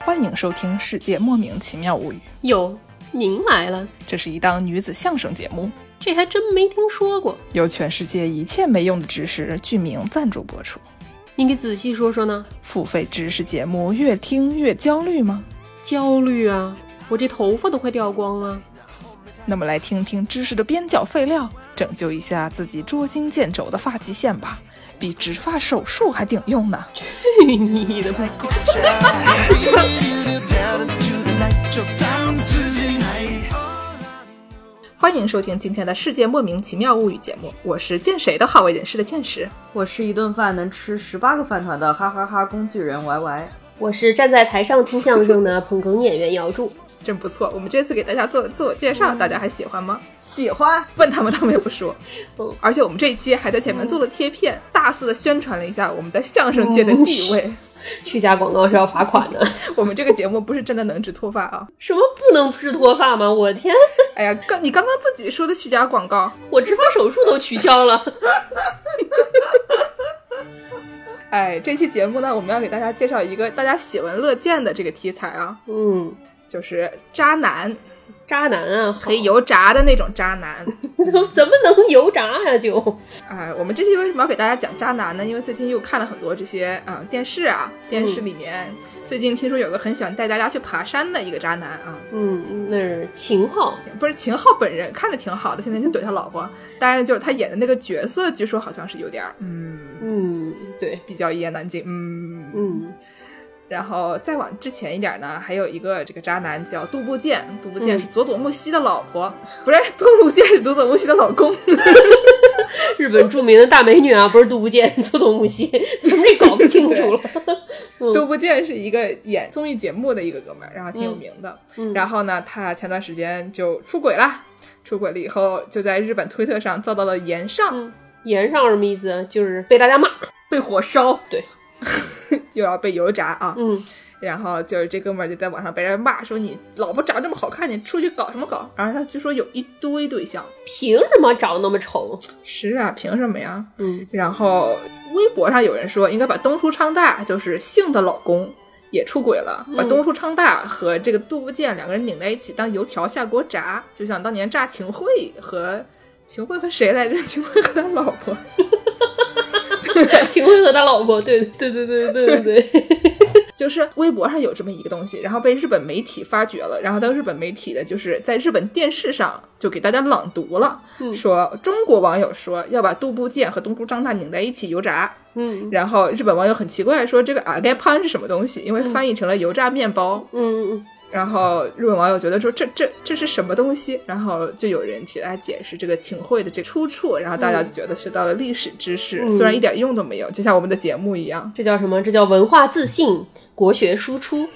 欢迎收听《世界莫名其妙物语》，哟，您来了，这是一档女子相声节目，这还真没听说过。由全世界一切没用的知识剧名赞助播出。您给仔细说说呢？付费知识节目越听越焦虑吗？焦虑啊，我这头发都快掉光了。 那么来听听知识的边角废料，拯救一下自己捉襟见肘的发际线吧，比植发手术还顶用呢。去你的吧！欢迎收听今天的《世界莫名其妙物语》节目，我是见谁都好为人师的见识。我是一顿饭能吃十八个饭团的哈哈哈工具人 YY。我是站在台上听相声的捧哏演员姚柱。真不错，我们这次给大家做了自我介绍，大家还喜欢吗？喜欢问他们，他们也不说嗯。而且我们这一期还在前面做了贴片，大肆的宣传了一下我们在相声界的地位。 虚假广告是要罚款的。我们这个节目不是真的能治脱发啊！ 什么不能治脱发吗？我天，哎呀，刚你刚刚自己说的虚假广告，我植发手术都取消了。哎，这期节目呢，我们要给大家介绍一个大家喜闻乐见的这个题材啊， 嗯，就是渣男，渣男啊，可以油炸的那种渣男。好，怎么 怎么能油炸呀、就哎，我们这期为什么要给大家讲渣男呢？因为最近又看了很多这些啊、呃电视啊，电视里面、最近听说有个很喜欢带大家去爬山的一个渣男啊，嗯，那是秦昊。不是秦昊本人看着挺好的，天天就怼他老婆，但是就是他演的那个角色，据说好像是有点儿嗯嗯，对，比较一言难尽，嗯。 嗯然后再往之前一点呢，还有一个这个渣男叫杜部剑，杜部嗯剑是佐佐木希的老婆，不是杜部剑是佐佐木希的老公。嗯日本著名的大美女啊，不是杜不 见，佐佐木希，你们这搞不清楚 了。杜不见是一个演综艺节目的一个哥们儿，然后挺有名的。嗯然后呢，他前段时间就出轨啦，出轨了以后就在日本推特上遭到了言上，嗯，言上什么意思啊？就是被大家骂。被火烧，就要被油炸啊。嗯然后就是这哥们儿就在网上被人骂说你老婆长这么好看，你出去搞什么搞？然后他据说有一堆对象。，凭什么长那么丑？是啊，凭什么呀？ 嗯，然后微博上有人说，应该把东出昌大，就是性的老公，也出轨了，把嗯东出昌大和这个杜不见两个人拧在一起当油条下锅炸，就像当年炸秦桧和秦桧和谁来着？ 秦桧和他老婆，秦桧和他老婆，对对对对对对 对，就是微博上有这么一个东西，然后被日本媒体发掘了，然后当日本媒体的就是在日本电视上就给大家朗读了，嗯说中国网友说要把杜不见和东出昌大拧在一起油炸，嗯然后日本网友很奇怪说这个阿盖潘是什么东西，因为翻译成了油炸面包。嗯嗯然后日本网友觉得说这这这是什么东西，然后就有人给大家解释这个秦桧的这出处，然后大家就觉得学到了历史知识，嗯虽然一点用都没有，就像我们的节目一样。这叫什么？这叫文化自信，国学输出。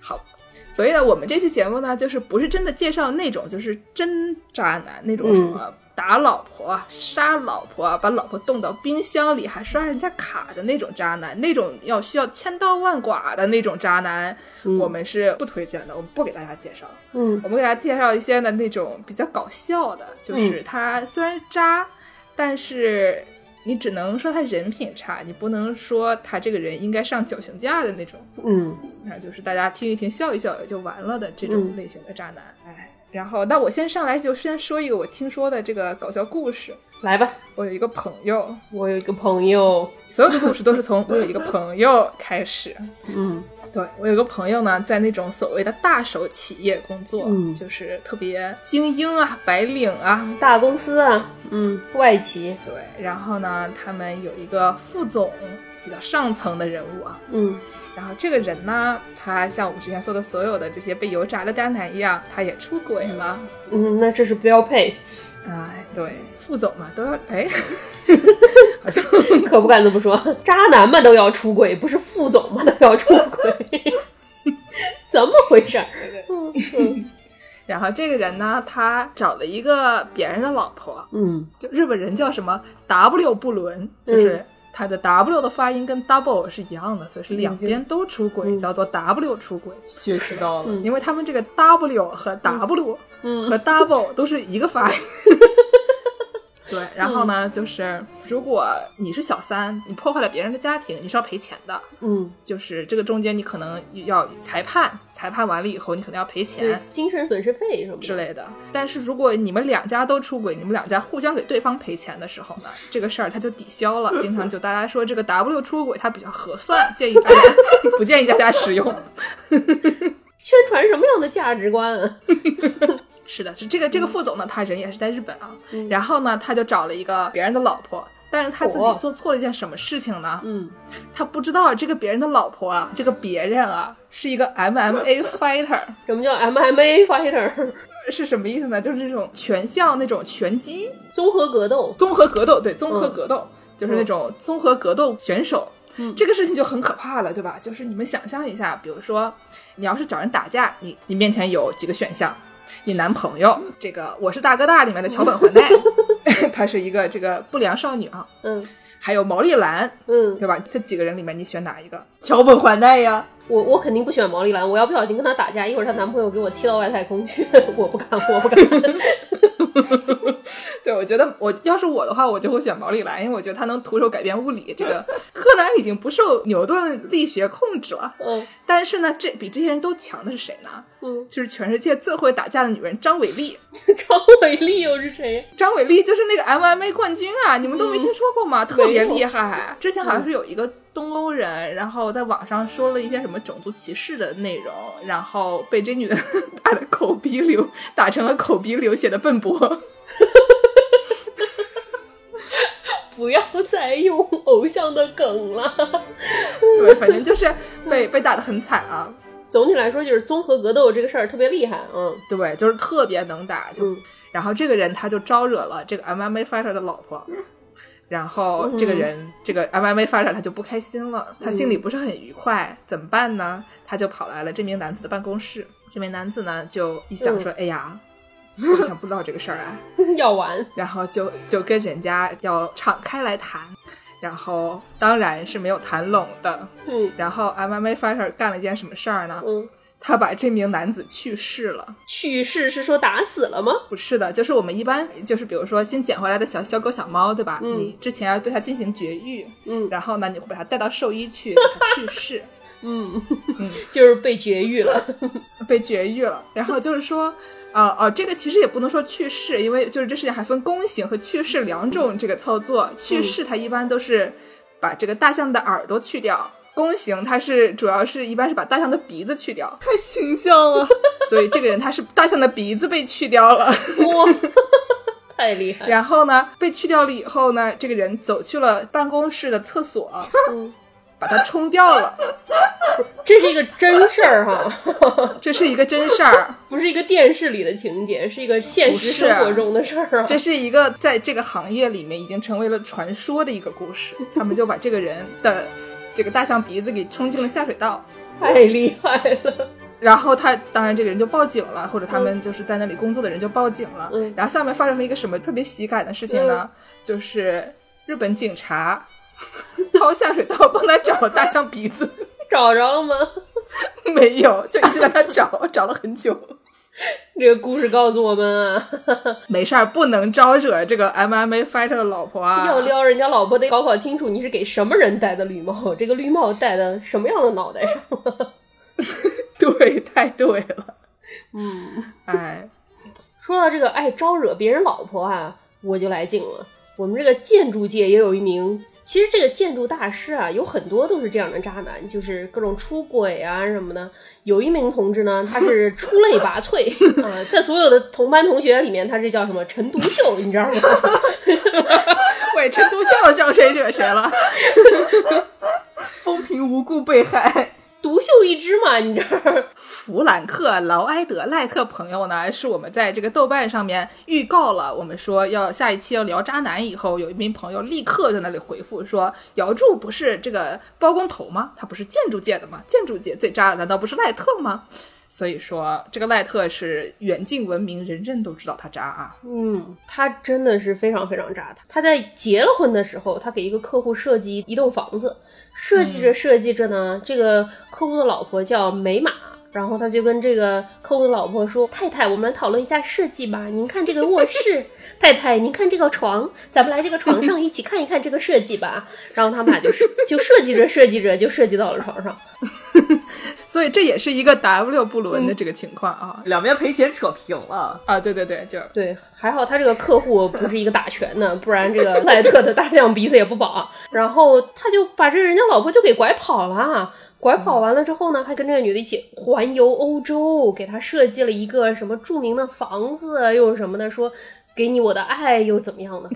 好，所以呢，我们这期节目呢，就是不是真的介绍那种就是真渣男那种嗯什么。打老婆、啊杀老婆，啊把老婆冻到冰箱里，还刷人家卡的那种渣男，那种要需要千刀万剐的那种渣男，嗯我们是不推荐的，我们不给大家介绍。嗯我们给大家介绍一些呢那种比较搞笑的，嗯就是他虽然渣，但是你只能说他人品差，你不能说他这个人应该上绞刑架的那种。嗯基本上就是大家听一听笑一笑也就完了的这种嗯类型的渣男。哎，然后那我先上来就先说一个我听说的这个搞笑故事。来吧，我有一个朋友，我有一个朋友，所有的故事都是从我有一个朋友开始。嗯对我有个朋友呢，在那种所谓的大手企业工作，嗯就是特别精英啊、白领啊，大公司啊，嗯，外企，对。然后呢，他们有一个副总，比较上层的人物啊，嗯然后这个人呢，他像我们之前说的所有的这些被油炸的渣男一样，他也出轨了。嗯，那这是标配，哎，对，副总嘛都要 哎，可不敢这么说，渣男们都要出轨，不是副总们都要出轨， 怎么回事儿？嗯嗯然后这个人呢，他找了一个别人的老婆，嗯就日本人叫什么 W 不伦，就是他的 W 的发音跟 double 是一样的，所以是两边都出轨，嗯叫做 W 出轨。学习到 了。嗯因为他们这个 W 和 W 嗯 和 double 都是一个发音，对，然后呢，嗯就是如果你是小三，你破坏了别人的家庭，你是要赔钱的。嗯，就是这个中间你可能要裁判，裁判完了以后，你可能要赔就是钱精神损失费什么之的。类的。但是如果你们两家都出轨，你们两家互相给对方赔钱的时候呢，这个事儿它就抵消了。经常就大家说这个 W 出轨它比较合算，建议大家不建议大家使用。宣传什么样的价值观啊？是的，是这个这个副总呢，他人也是在日本啊，然后呢，他就找了一个别人的老婆。但是他自己哦做错了一件什么事情呢？嗯，他不知道这个别人的老婆啊，这个别人啊是一个 MMA fighter，什么叫 MMA fighter 是什么意思呢？就是这种全校那种拳击综合格斗？综合格斗，对，综合格斗、就是那种综合格斗选手。嗯这个事情就很可怕了，对吧？就是你们想象一下，比如说，你要是找人打架，你你面前有几个选项，你男朋友，这个《我是大哥大》里面的桥本环奈，她是一个这个不良少女啊，嗯还有毛利兰，嗯，对吧？这几个人里面你选哪一个？桥本环奈呀，我我肯定不喜欢毛利兰，我要不小心跟她打架，一会儿她男朋友给我踢到外太空去， 我不敢，我不敢。 对，我觉得我要是我的话，我就会选毛利兰，因为我觉得她能徒手改变物理。这 个柯南已经不受牛顿力学控制了，嗯 但是呢，这比这些人都强的是谁呢？嗯，就是全世界最会打架的女人张伟丽。张伟丽又是谁？张伟丽就是那个 MMA 冠军啊，你们都没听说过吗？特别嗯没有嗯厉害。之前好像是有一个东欧人，然后在网上说了一些什么种族歧视的内容，然后被这女的 打的口鼻流，打成了口鼻流血的笨伯。不要再用偶像的梗了。 对，反正就是被被打的很惨啊。总体来说，就是综合格斗这个事儿特别厉害。嗯 对，就是特别能打，就、嗯然后这个人他就招惹了这个 MMA fighter 的老婆，然后这个人、这个 MMA fighter 他就不开心了，他心里不是很愉快，怎么办呢？他就跑来了这名男子的办公室，这名男子呢就一想说，哎呀，我好像不知道这个事儿啊，要完。然后就就跟人家要敞开来谈，然后当然是没有谈拢的，嗯然后 MMA fighter 干了一件什么事儿呢？嗯，他把这名男子去世了。去世是说打死了吗？不是的，就是我们一般就是比如说新捡回来的小小狗、小猫，对吧？嗯你之前要对它进行绝育，嗯然后呢，你会把它带到兽医去，给它去世， 嗯，就是被绝育了。 被绝育了。然后就是说，呃呃，这个其实也不能说去世，因为就是这事情还分弓形和去世两种这个操作。嗯去世它一般都是把这个大象的耳朵去掉。弓形，它是主要是一般是把大象的鼻子去掉，太形象了。所以这个人他是大象的鼻子被去掉了。哇， 太厉害了。然后呢，被去掉了以后呢，这个人走去了办公室的厕所，嗯把它冲掉了。这是一个真事儿哈，这是一个真事儿，不是一个电视里的情节，是一个现实生活中的事儿啊。这是一个在这个行业里面已经成为了传说的一个故事。他们就把这个人的这个大象鼻子给冲进了下水道。太厉害了。 然后他当然这个人就报警了，或者他们就是在那里工作的人就报警了。嗯然后下面发生了一个什么特别喜感的事情呢？就是日本警察掏下水道帮他找大象鼻子。找着了吗？ 没有，就一直在那找， 找了很久。 这个故事告诉我们啊，没事儿，不能招惹这个 MMA fighter 的老婆啊。 要撩人家老婆得搞搞清楚你是给什么人戴的绿帽，这个绿帽戴的什么样的脑袋上？ 对，太对了。嗯，哎，说到这个爱招惹别人老婆啊，我就来劲了。我们这个建筑界也有一名，其实这个建筑大师啊，有很多都是这样的渣男，就是各种出轨啊什么的。有一名同志呢，他是出类拔萃 啊、在所有的同班同学里面，他是叫什么陈独秀，你知道吗？ 喂，陈独秀招谁惹谁了？风平无故被害，独秀一只嘛，你知道吗。弗兰克·劳埃德·赖特朋友呢，是我们在这个豆瓣上面预告了，我们说要下一期要聊渣男，以后有一名朋友立刻在那里回复说：“姚柱不是这个包工头吗？他不是建筑界的吗？建筑界最渣的难道不是赖特吗？”所以说，这个赖特是远近闻名，人人都知道他渣啊。嗯，他真的是非常非常渣的。他在结了婚的时候，他给一个客户设计一栋房子，设计着设计着呢，这个客户的老婆叫美玛，然后他就跟这个寇的老婆说：“太太，我们来讨论一下设计吧。您看这个卧室， 太太，您看这个床，咱们来这个床上一起看一看这个设计吧。”然后他们俩就是就设计着设计着就设计到了床上。所以这也是一个 W 不伦的这个情况啊、两边赔钱扯平了。啊！对对对，就对，还好他这个客户不是一个打拳的，不然这个 赖特的大象鼻子也不保。然后他就把这人家老婆就给拐跑了，拐跑完了之后呢，还跟这个女的一起环游欧洲，给他设计了一个什么著名的房子，啊又是什么的，说给你我的爱，又怎么样的？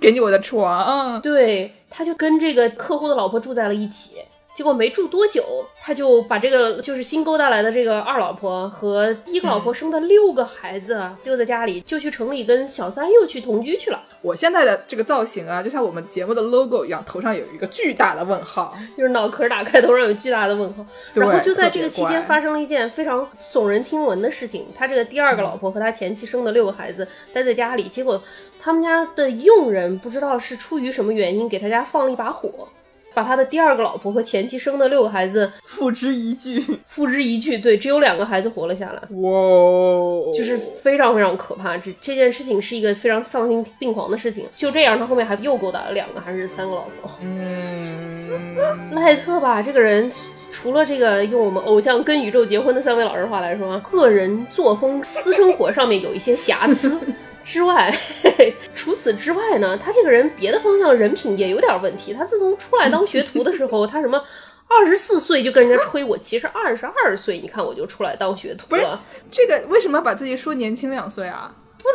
给你我的床，嗯对，他就跟这个客户的老婆住在了一起。结果没住多久，他就把这个就是新勾搭来的这个二老婆和第一个老婆嗯生的六个孩子啊丢在家里，就去城里跟小三又去同居去了，我现在的这个造型啊，就像我们节目的 logo 一样，头上有一个巨大的问号。就是脑壳打开，头上有巨大的问号。对然后就在这个特别期怪间发生了一件非常耸人听闻的事情，他这个第二个老婆和他前妻生的六个孩子待在家里，结果他们家的佣人不知道是出于什么原因给他家放了一把火。把他的第二个老婆和前妻生的六个孩子付之一炬，付之一炬，对，只有两个孩子活了下来，哇哦，就是非常非常可怕。这这件事情是一个非常丧心病狂的事情。就这样，他后面还又勾搭了两个还是三个老婆。嗯，赖特吧，这个人除了这个用我们偶像跟宇宙结婚的三位老师话来说啊，个人作风、私生活上面有一些瑕疵之外，除此之外呢，他这个人别的方向人品也有点问题。他自从出来当学徒的时候，他什么？二十四岁就跟人家吹我，其实二十二岁，你看我就出来当学徒不是了。 这个为什么要把自己说年轻两岁啊？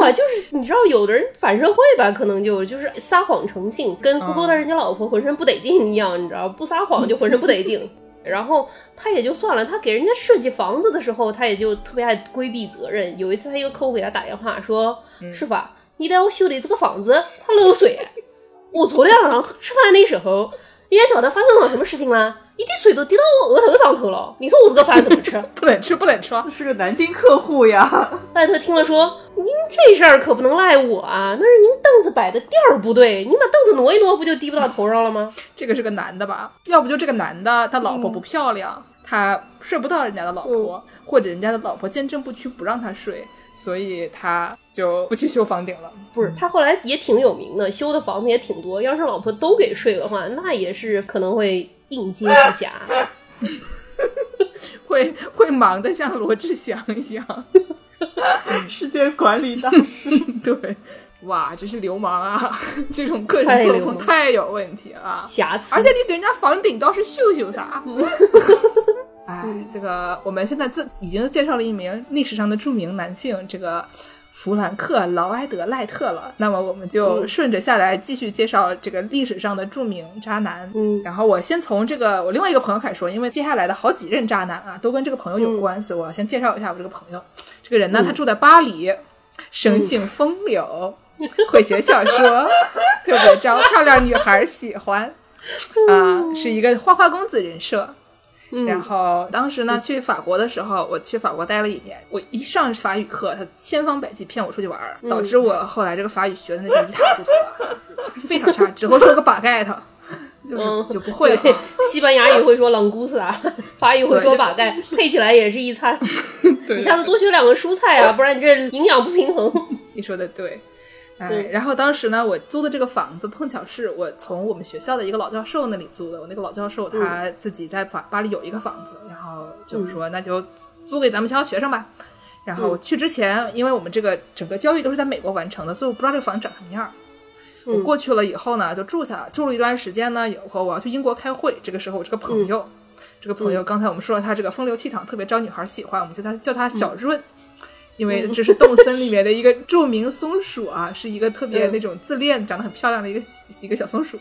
哇，就是你知道，有的人反社会吧，可能就就是撒谎成性，跟勾勾搭人家老婆浑身不得劲一样，你知道，不撒谎就浑身不得劲。然后他也就算了，他给人家设计房子的时候，他也就特别爱规避责任。有一次，他一个客户给他打电话说：“师傅啊，你带我修理这个房子，它漏水。我昨天晚上吃饭的时候，你还晓得发生了什么事情啦？一滴水都滴到我额头上头了。你说我这个饭怎么吃？”不能吃，不能吃。这是个南京客户呀，赖特听了说：“您这事儿可不能赖我啊，那是您凳子摆的地儿不对，您把凳子挪一挪，不就滴不到头上了吗？这个是个男的吧？要不就这个男的他老婆不漂亮，他睡不到人家的老婆，或者人家的老婆坚贞不屈不让他睡，所以他就不去修房顶了。 不是，他后来也挺有名的，修的房子也挺多。要是老婆都给睡的话，那也是可能会应接不暇。会会忙得像罗志祥一样， 世界管理大师。对，哇，真是流氓啊！ 这种个太人流作风氓太有问题了。啊瑕疵，而且你给人家房顶倒是秀秀啥？ 哎，这个我们现在自已经介绍了一名历史上的著名男性，这个弗兰克·劳埃德·赖特了。那么我们就嗯顺着下来继续介绍这个历史上的著名渣男。嗯然后我先从这个我另外一个朋友开始说，因为接下来的好几任渣男啊都跟这个朋友有关，所以我要先介绍一下我这个朋友。这个人呢，他住在巴黎，生性风流，会写小说，特别招漂亮女孩喜欢。啊，是一个花花公子人设。嗯然后当时呢，去法国的时候，我去法国待了一年。我一上法语课，他千方百计骗我出去玩儿，嗯导致我后来这个法语学的那就一塌糊涂了，非常差，只会说个把盖头，就是嗯就不会了对啊。西班牙语会说朗姑斯啊达，法语会对说这把盖，配起来也是一 餐。对你下次多学两个蔬菜啊，不然你这营养不平衡。你说的对。哎，对然后当时呢，我租的这个房子碰巧是我从我们学校的一个老教授那里租的。我那个老教授嗯他自己在法巴黎有一个房子，然后就是说那就租给咱们学校学生吧。然嗯后去之前，因为我们这个整个交易都是在美国完成的，所以我不知道这个房子长什么样儿。我嗯过去了以后呢，就住下了，住了一段时间呢，以后我要去英国开会。这个时候，我这个嗯朋友，这个朋友刚才我们说了，他这个风流倜傥，特别招女孩喜欢，我们叫他叫他小嗯润。因为这是动森里面的一个著名松鼠啊，是一个特别嗯那种自恋、长得很漂亮的一个一个小松鼠。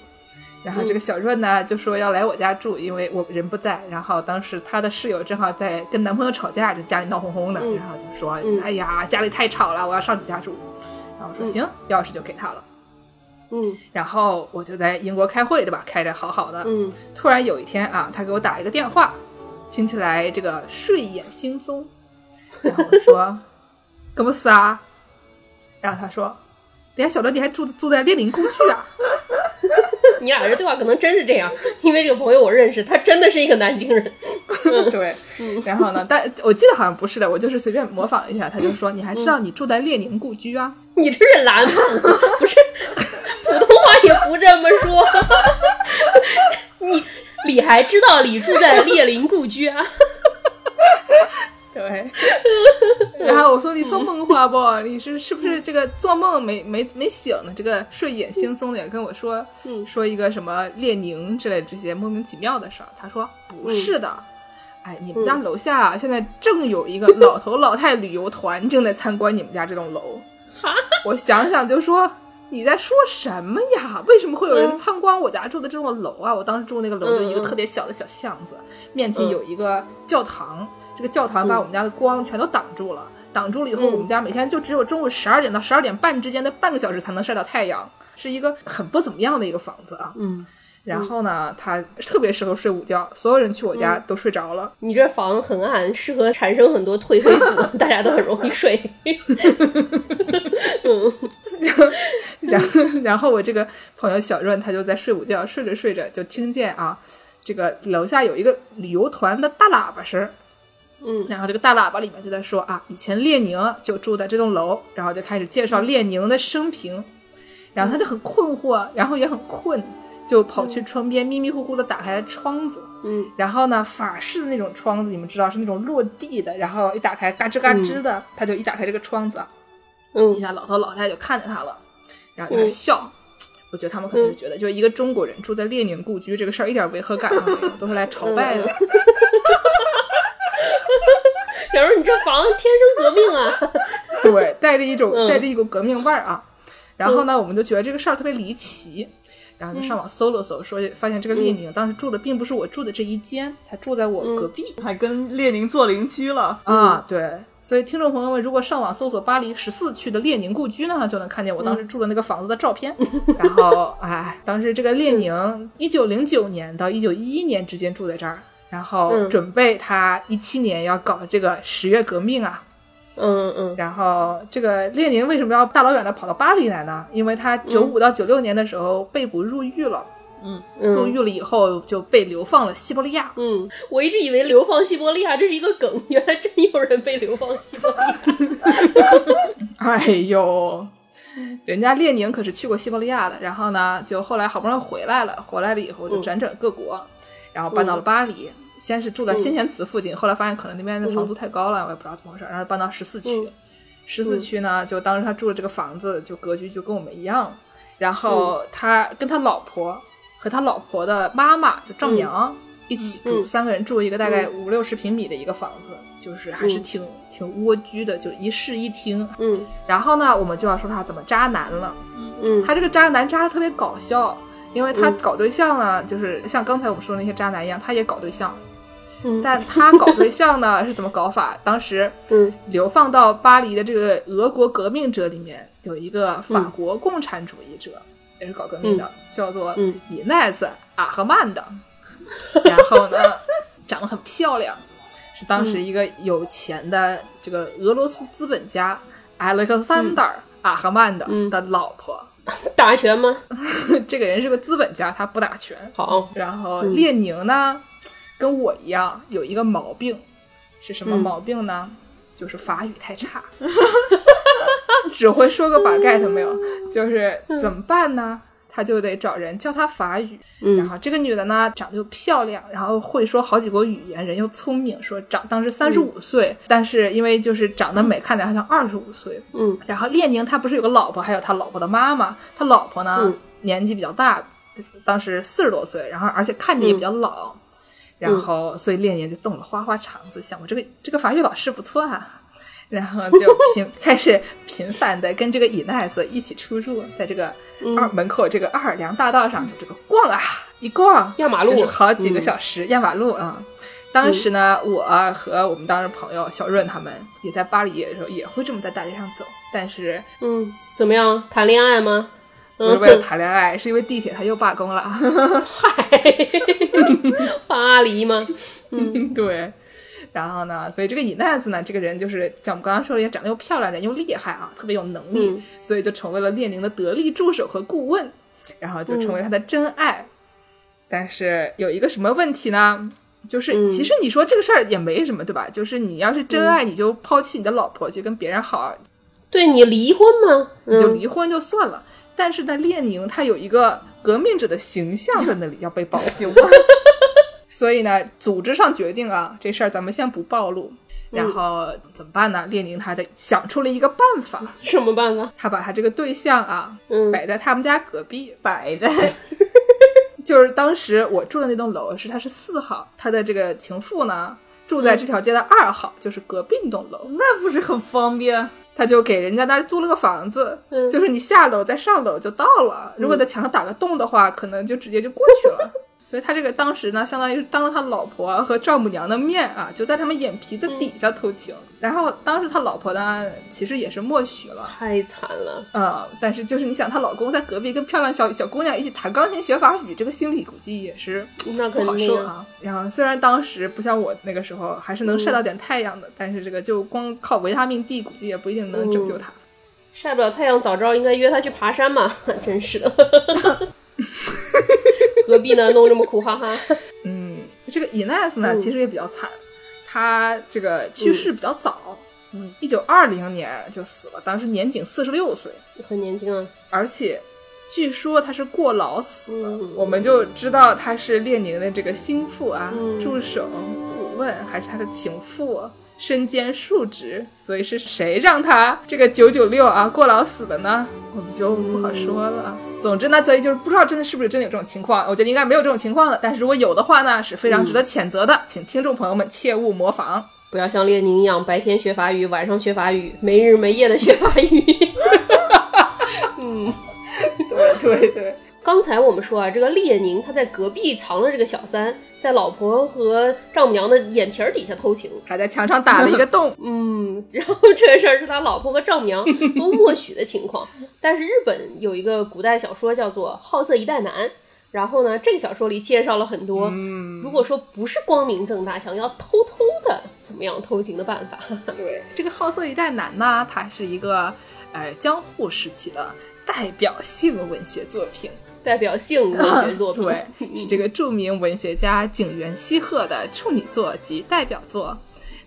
然后这嗯个小润呢，就说要来我家住，因为我人不在。然后当时她的室友正好在跟男朋友吵架，就家里闹哄哄的，嗯然后就说：“嗯哎呀，家里太吵了，我要上你家住。”然后我说：“嗯行，钥匙就给他了。”嗯然后我就在英国开会，对吧？开着好好的，嗯突然有一天啊，他给我打一个电话，听起来这个睡眼惺忪，然后我说：“干 么事啊？”然后他说：“你还晓得你还住住在列宁故居啊 你俩这对话可能真是这样，因为这个朋友我认识，他真的是一个南京人。对，然后呢，但我记得好像不是的，我就是随便模仿一下，他就说：“你还知道你住在列宁故居啊？” 你这是兰普，不是普通话也不这么说。你你还知道李住在列宁故居啊？ 对，然后我说你说梦话不？你是是不是这个做梦没没没醒呢？这个睡眼惺忪的也跟我说、嗯说一个什么列宁之类这些莫名其妙的事儿。他说不是的，嗯哎，你们家楼下、啊现在正有一个老头老太旅游团正在参观你们家这栋楼。我想想就说。你在说什么呀？为什么会有人嗯参观我家住的这栋楼啊？我当时住那个楼就一个嗯嗯特别小的小巷子，面嗯前有一个教堂，这个教堂把我们家的光全都挡住了。挡住了以后，嗯我们家每天就只有中午十二点到十二点半之间的半个小时才能晒到太阳，是一个很不怎么样的一个房子啊。嗯，嗯然后呢，它特别适合睡午觉，所有人去我家都睡着了。你这房很暗，适合产生很多褪黑素，大家都很容易睡。 然后，然后我这个朋友小润，他就在睡午觉，睡着睡着就听见啊，这个楼下有一个旅游团的大喇叭声儿。嗯然后这个大喇叭里面就在说啊，以前列宁就住在这栋楼，然后就开始介绍列宁的生平，然后他就很困惑，然后也很困，就跑去窗边迷迷糊糊的打开了窗子，嗯然后呢，法式的那种窗子，你们知道是那种落地的，然后一打开嘎吱嘎吱的，他就一打开这个窗子啊，底嗯下老头老太太就看见他了，然后有点嗯笑。我觉得他们可能是觉得，就是一个中国人住在列宁故居这个事儿一点违和感都没有，都是来朝拜的。嗯小时候你这房天生革命啊！ 对，带着一种嗯带着一股革命味儿啊。然后呢，我们就觉得这个事儿特别离奇，然后就上网搜了搜，说发现这个列嗯宁当时住的并不是我住的这一间，他住在我隔壁还跟列宁做邻居了。啊。对，所以听众朋友们，如果上网搜索巴黎十四区的列宁故居呢，就能看见我当时嗯住的那个房子的照 片。然后，哎，当时这个列嗯宁一九零九年到一九一一年之间住在这儿，然后嗯准备他一七年要搞这个十月革命啊。嗯嗯然后这个列宁为什么要大老远的跑到巴黎来呢？因为他九嗯五到九六年的时候被捕入狱了，入嗯狱了以后就被流放了西伯利亚。嗯，我一直以为流放西伯利亚这是一个梗，原来真有人被流放西伯利亚。 哎呦，人家列宁可是去过西伯利亚的，然后呢，就后来好不容易回来了，回来了以后嗯就辗转各国，然后搬到了巴黎。先是住在先贤祠附近，后来发现可能那边的房租太高了，我也不知道怎么回事，然后搬到十四区嗯。十四、区呢，就当时他住的这个房子，就格局就跟我们一样。然后嗯他跟他老婆和他老婆的妈妈，就丈母娘、一起住，嗯三个人住一个大概五六十平米的一个房子，就是还是挺、挺蜗居的，就是一室一厅，嗯然后呢，我们就要说他怎么渣男了。嗯他这个渣男渣的特别搞笑，因为他嗯搞对象呢，就是像刚才我们说的那些渣男一样，他也搞对象。嗯但他搞对象呢是怎么搞法？当时嗯流放到巴黎的这个俄国革命者里面，有一个法国共产主义者，也是搞革命的，叫做嗯伊奈斯·阿赫曼 的。然后呢，长得很漂亮，是当时一个有钱的这个俄罗斯资本家 Alexander 阿赫曼的嗯的老婆。 打拳吗？这个人是个资本家，他不打拳。好，然后嗯列宁呢，跟我一样有一个毛病，是什么嗯毛病呢？就是法语太差， 只会说个把盖头没有，就是嗯怎么办呢？他就得找人教他法语。然嗯后这个女的呢，长得又漂亮，然后会说好几国语言，人又聪明，说长当时三十嗯五岁，但是因为就是长得美，看起来好像二十五岁，嗯然后列宁他不是有个老婆，还有他老婆的妈妈，他老婆呢、嗯年纪比较大，当时四十多岁，然后而且看着也比较老，嗯然后所以列宁就动了花花肠子，想我这个这个法语老师不错啊。 然后就频开始频繁的跟这个伊奈斯一起出入，在这个嗯二门口这个奥尔良大道上就这个逛啊一逛，压马就是路嗯好几个小时压马路啊。当时呢，我和我们当时朋友小润他们也在巴黎的时候，也会这么在大街上走，但是嗯，怎么样？谈恋爱吗？ 不嗯是为了谈恋爱，是因为地铁它又罢工了。啊巴黎吗？ 对，然后呢，所以这个尹奈斯呢，这个人就是像我们刚刚说的，也长得又漂亮，人又厉害啊，特别有能力，嗯所以就成为了列宁的得力助手和顾问，嗯然后就成为他的真爱。但是有一个什么问题呢？就是嗯其实你说这个事儿也没什么，对吧？就是你要是真爱，你就抛弃你的老婆去跟别人好，对你离婚吗？ 你就嗯，离婚就算了。但是在列宁，他有一个革命者的形象在那里要被保护，行吧，所以呢，组织上决定啊，这事儿咱们先不暴露。然后怎么办呢？列宁他的想出了一个办法，什么办法？他把他这个对象啊嗯摆在他们家隔壁，摆在就是当时我住的那栋楼是他是四号，他的这个情妇呢住在这条街的二号，就是隔壁那栋楼，那不是很方便？他就给人家那儿租了个房子，嗯就是你下楼再上楼就到了，如果在墙上打个洞的话，可能就直接就过去 了。所以他这个当时呢，相当于是当着他老婆和丈母娘的面啊，就在他们眼皮子底下偷情。嗯然后当时他老婆呢，其实也是默许了，太惨了，呃，但是就是你想，她老公在隔壁跟漂亮小小姑娘一起弹钢琴学法语，这个心理估计也是那不肯好定受啊。然后虽然当时不像我那个时候还是能晒到点太阳的，但是这个就光靠维他命 D 估计也不一定能嗯拯救她。晒不了太阳，早知道应该约他去爬山嘛， 真 是的，何必呢？弄这么苦哈哈。嗯，这个 Ines 呢，嗯其实也比较惨，她这个去世比较早，一九二零年就死了，当时年仅四十六岁，很年轻啊，而且。据说她是过劳死的，嗯我们就知道她是列宁的这个心腹啊、嗯助手、顾问，还是他的情妇啊，身兼数职，所以是谁让他这个九九六啊过劳死的呢？我们就不好说了啊。总之呢，所以就是不知道真的是不是真的有这种情况，我觉得应该没有这种情况的。但是如果有的话呢，是非常值得谴责的，请听众朋友们切勿模仿。不要像列宁一样，白天学法语，晚上学法语，没日没夜的学法语。 对对对，刚才我们说啊，这个列宁他在隔壁藏了这个小三，在老婆和丈母娘的眼皮儿底下偷情。还在墙上打了一个洞。嗯，然后这个事儿是他老婆和丈母娘 都默许的情况。但是日本有一个古代小说叫做《好色一代男》，然后呢，这个小说里介绍了很多，嗯如果说不是光明正大想要偷偷的怎么样偷情的办法。 对，这个好色一代男呢，他是一个呃江户时期的代表性文学作品。代表性文学作品， 对，是这个著名文学家井原西鹤的处女作及代表作。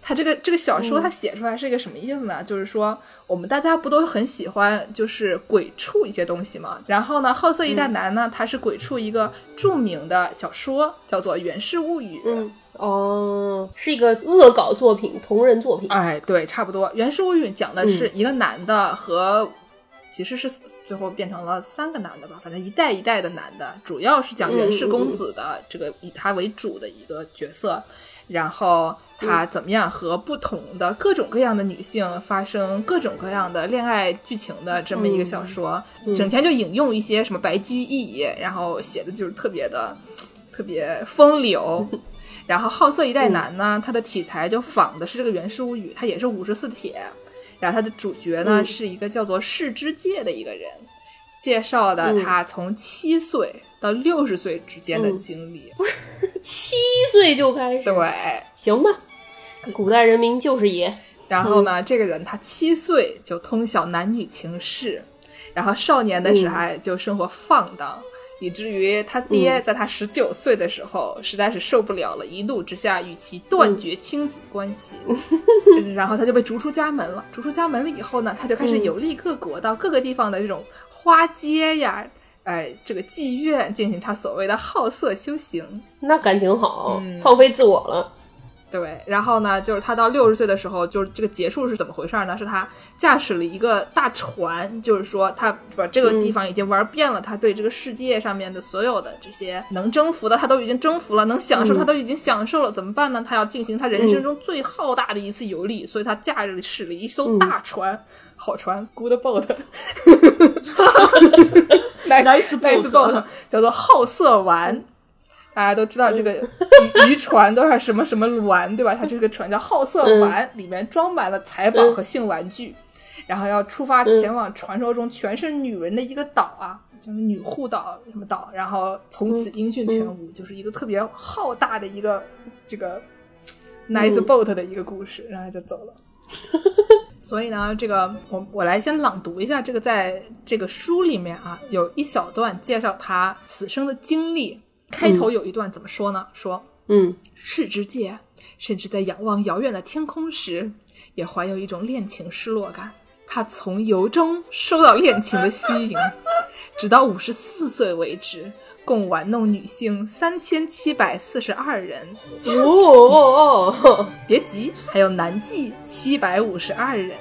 他这个这个小说，他写出来是一个什么意思呢？就是说，我们大家不都很喜欢就是鬼畜一些东西嘛？然后呢，好色一代男呢，他是鬼畜一个著名的小说，叫做《源氏物语》。嗯，哦，是一个恶搞作品，同人作品。哎，对，差不多。《源氏物语》讲的是一个男的和、其实是最后变成了三个男的吧，反正一代一代的男的，主要是讲源氏公子的这个以他为主的一个角色，然后他怎么样和不同的各种各样的女性发生各种各样的恋爱剧情的这么一个小说，整天就引用一些什么白居易，然后写的就是特别的特别风流。然后好色一代男呢，他的题材就仿的是这个《源氏物语》，他也是五十四帖，然后他的主角呢、嗯是一个叫做世之介的一个人，介绍的他从七岁到六十岁之间的经历。七岁就开始，对，行吧。古代人民就是爷，然后呢，这个人他七岁就通晓男女情事，然后少年的时候就生活放荡。以至于他爹在他十九岁的时候、实在是受不了了，一怒之下与其断绝亲子关系，然后他就被逐出家门了。逐出家门了以后呢，他就开始嗯游历各国，到各个地方的这种花街呀，哎，这个妓院进行他所谓的好色修行。那感情好，嗯放飞自我了。对，然后呢，就是他到六十岁的时候，就是这个结束是怎么回事呢？是他驾驶了一个大船，就是说他把这个地方已经玩遍了，他对这个世界上面的所有的这些能征服的，他都已经征服了，能享受他都已经享受了，怎么办呢？他要进行他人生中最浩大的一次游历，所以他驾驶了一艘大船，好船，good boat。nice Nice nice boat boat，叫做好色丸。大家都知道这个渔渔 船都是什么什么丸，对吧？它这个船叫好色丸，里面装满了财宝和性玩具，然后要出发前往传说中全是女人的一个岛啊，就是女护岛什么岛，然后从此音讯全无，就是一个特别浩大的一个这个 nice boat 的一个故事，然后就走了。所以呢，这个我我来先朗读一下这个在这个书里面啊，有一小段介绍他此生的经历。开头有一段怎么说呢？说 嗯，世之界，甚至在仰望遥远的天空时，也怀有一种恋情失落感。他从由衷受到恋情的吸引，直到五十四岁为止，共玩弄女性三千七百四十二人。哦哦哦，别急，还有男妓七百五十二人。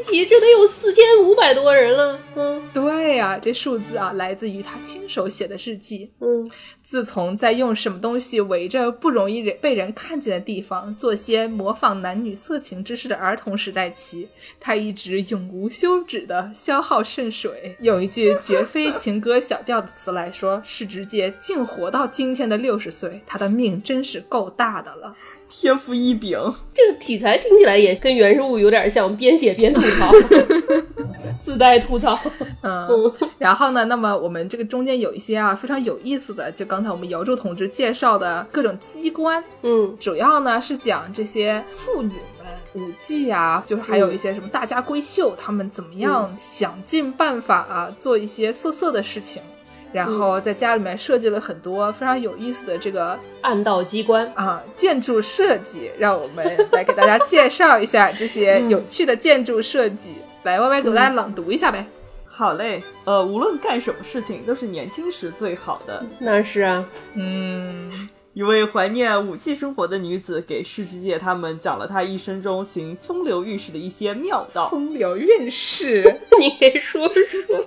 一起这得有四千五百多人了。嗯对呀、这数字啊，来自于他亲手写的日记。嗯，自从在用什么东西围着不容易人被人看见的地方做些模仿男女色情之事的儿童时代起，他一直永无休止的消耗肾水。用一句绝非情歌小调的词来说，是直接竟活到今天的六十岁，他的命真是够大的了。天赋异禀，这个题材听起来也跟原物有点像，边写边吐 槽，自带吐槽。嗯，嗯然后呢，那么我们这个中间有一些啊非常有意思的，就刚才我们姚柱同志介绍的各种机关，嗯主要呢是讲这些妇女们舞技啊，就是还有一些什么大家闺秀，她们怎么样想尽办法啊做一些色色的事情，然后在家里面设计了很多非常有意思的这个暗道机关。啊建筑设计，让我们来给大家介绍一下这些有趣的建筑设计。来歪歪给大家朗读一下呗。好嘞。呃，无论干什么事情都是年轻时最好的。那是啊， 嗯，一位怀念武器生活的女子给世之介他们讲了她一生中行风流韵事的一些妙道。风流韵事，你给说说。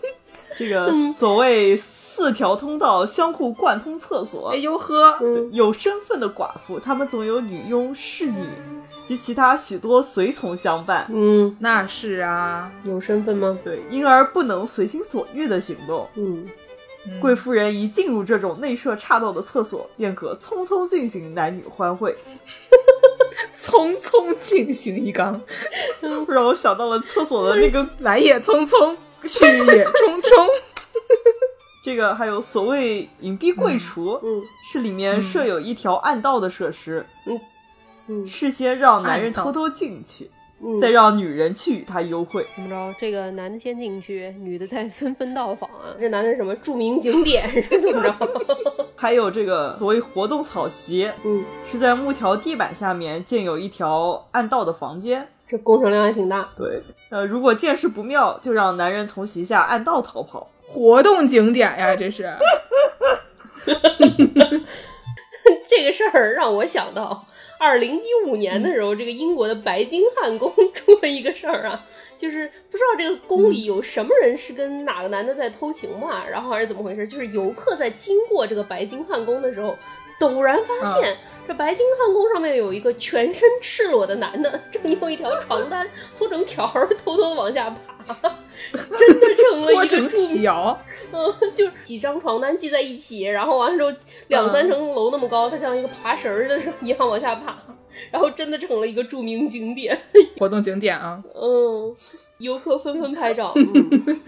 这个嗯所谓四条通道相互贯通厕所哎，呦呵，嗯有身份的寡妇，她们总有女佣、侍女及其他许多随从相伴。嗯，那是啊，有身份吗？对，因而不能随心所欲的行动。嗯，嗯贵夫人一进入这种内设岔道的厕所，便可匆匆进行男女欢会，匆匆进行一纲，让我想到了厕所的那个来也匆匆，去也匆匆。这个，还有所谓隐蔽柜橱，嗯是里面设有一条暗道的设施，嗯事先让男人暗道偷偷进去，嗯，再让女人去与他幽会。怎么着？这个男的先进去，女的再纷纷到访啊。这男的是什么著名景点是怎么着？还有这个所谓活动草席，嗯，是在木条地板下面建有一条暗道的房间。这工程量还挺大。对，呃，如果见势不妙，就让男人从席下暗道逃跑。活动景点呀，这是。 这个事儿让我想到，二零一五年的时候，这个英国的白金汉宫 出了一个事儿啊，就是不知道这个宫里有什么人是跟哪个男的在偷情嘛，然后还是怎么回事？就是游客在经过这个白金汉宫的时候，陡然发嗯现。这白金汉宫上面有一个全身赤裸的男的， 正用一条床单搓成条儿，偷偷地往下爬， 真的成了搓一个成著名条，嗯， 就是几张床单系在一起，然后完了之后两三层楼那么高，它像一个爬绳儿的时候 一样往下爬，然后真的成了一个著名景点。活动景点啊，嗯，游客纷纷拍照。嗯，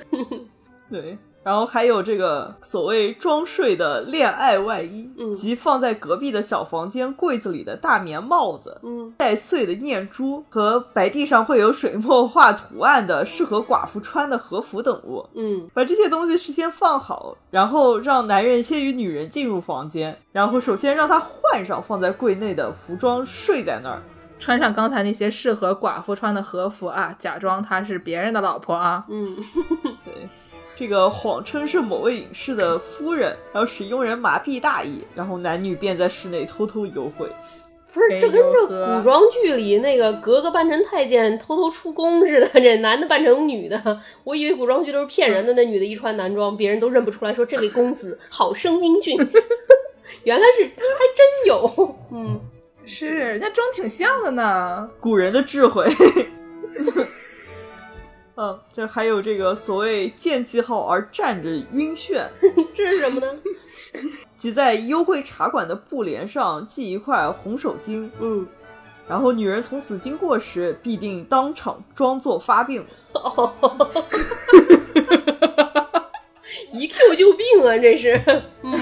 对，然后还有这个所谓装睡的恋爱外衣，嗯及放在隔壁的小房间柜子里的大棉帽子。嗯带穗的念珠和白地上会有水墨画图案的适合寡妇穿的和服等物，嗯把这些东西事先放好，然后让男人先与女人进入房间，然后首先让她换上放在柜内的服装，睡在那儿。穿上刚才那些适合寡妇穿的和服啊，假装她是别人的老婆啊。嗯，对，这个谎称是某位隐士的夫人，然后使佣人麻痹大意，然后男女便在室内偷偷幽会。不是，没这跟这游客古装剧里那个格格扮成太监偷偷出宫似的，这男的扮成女的。我以为古装剧都是骗人的，那女的一穿男装，别人都认不出来，说这位公子好生英俊。 原来是还真有， 嗯。是，人家装挺像的 呢。古人的智慧。 嗯，这还有这个所谓见气号而站着晕眩，这是什么呢？即在幽会茶馆的布帘上系一块红手巾，嗯，然后女人从此经过时，必定当场装作发病。哦，一 Q 就病啊，这是。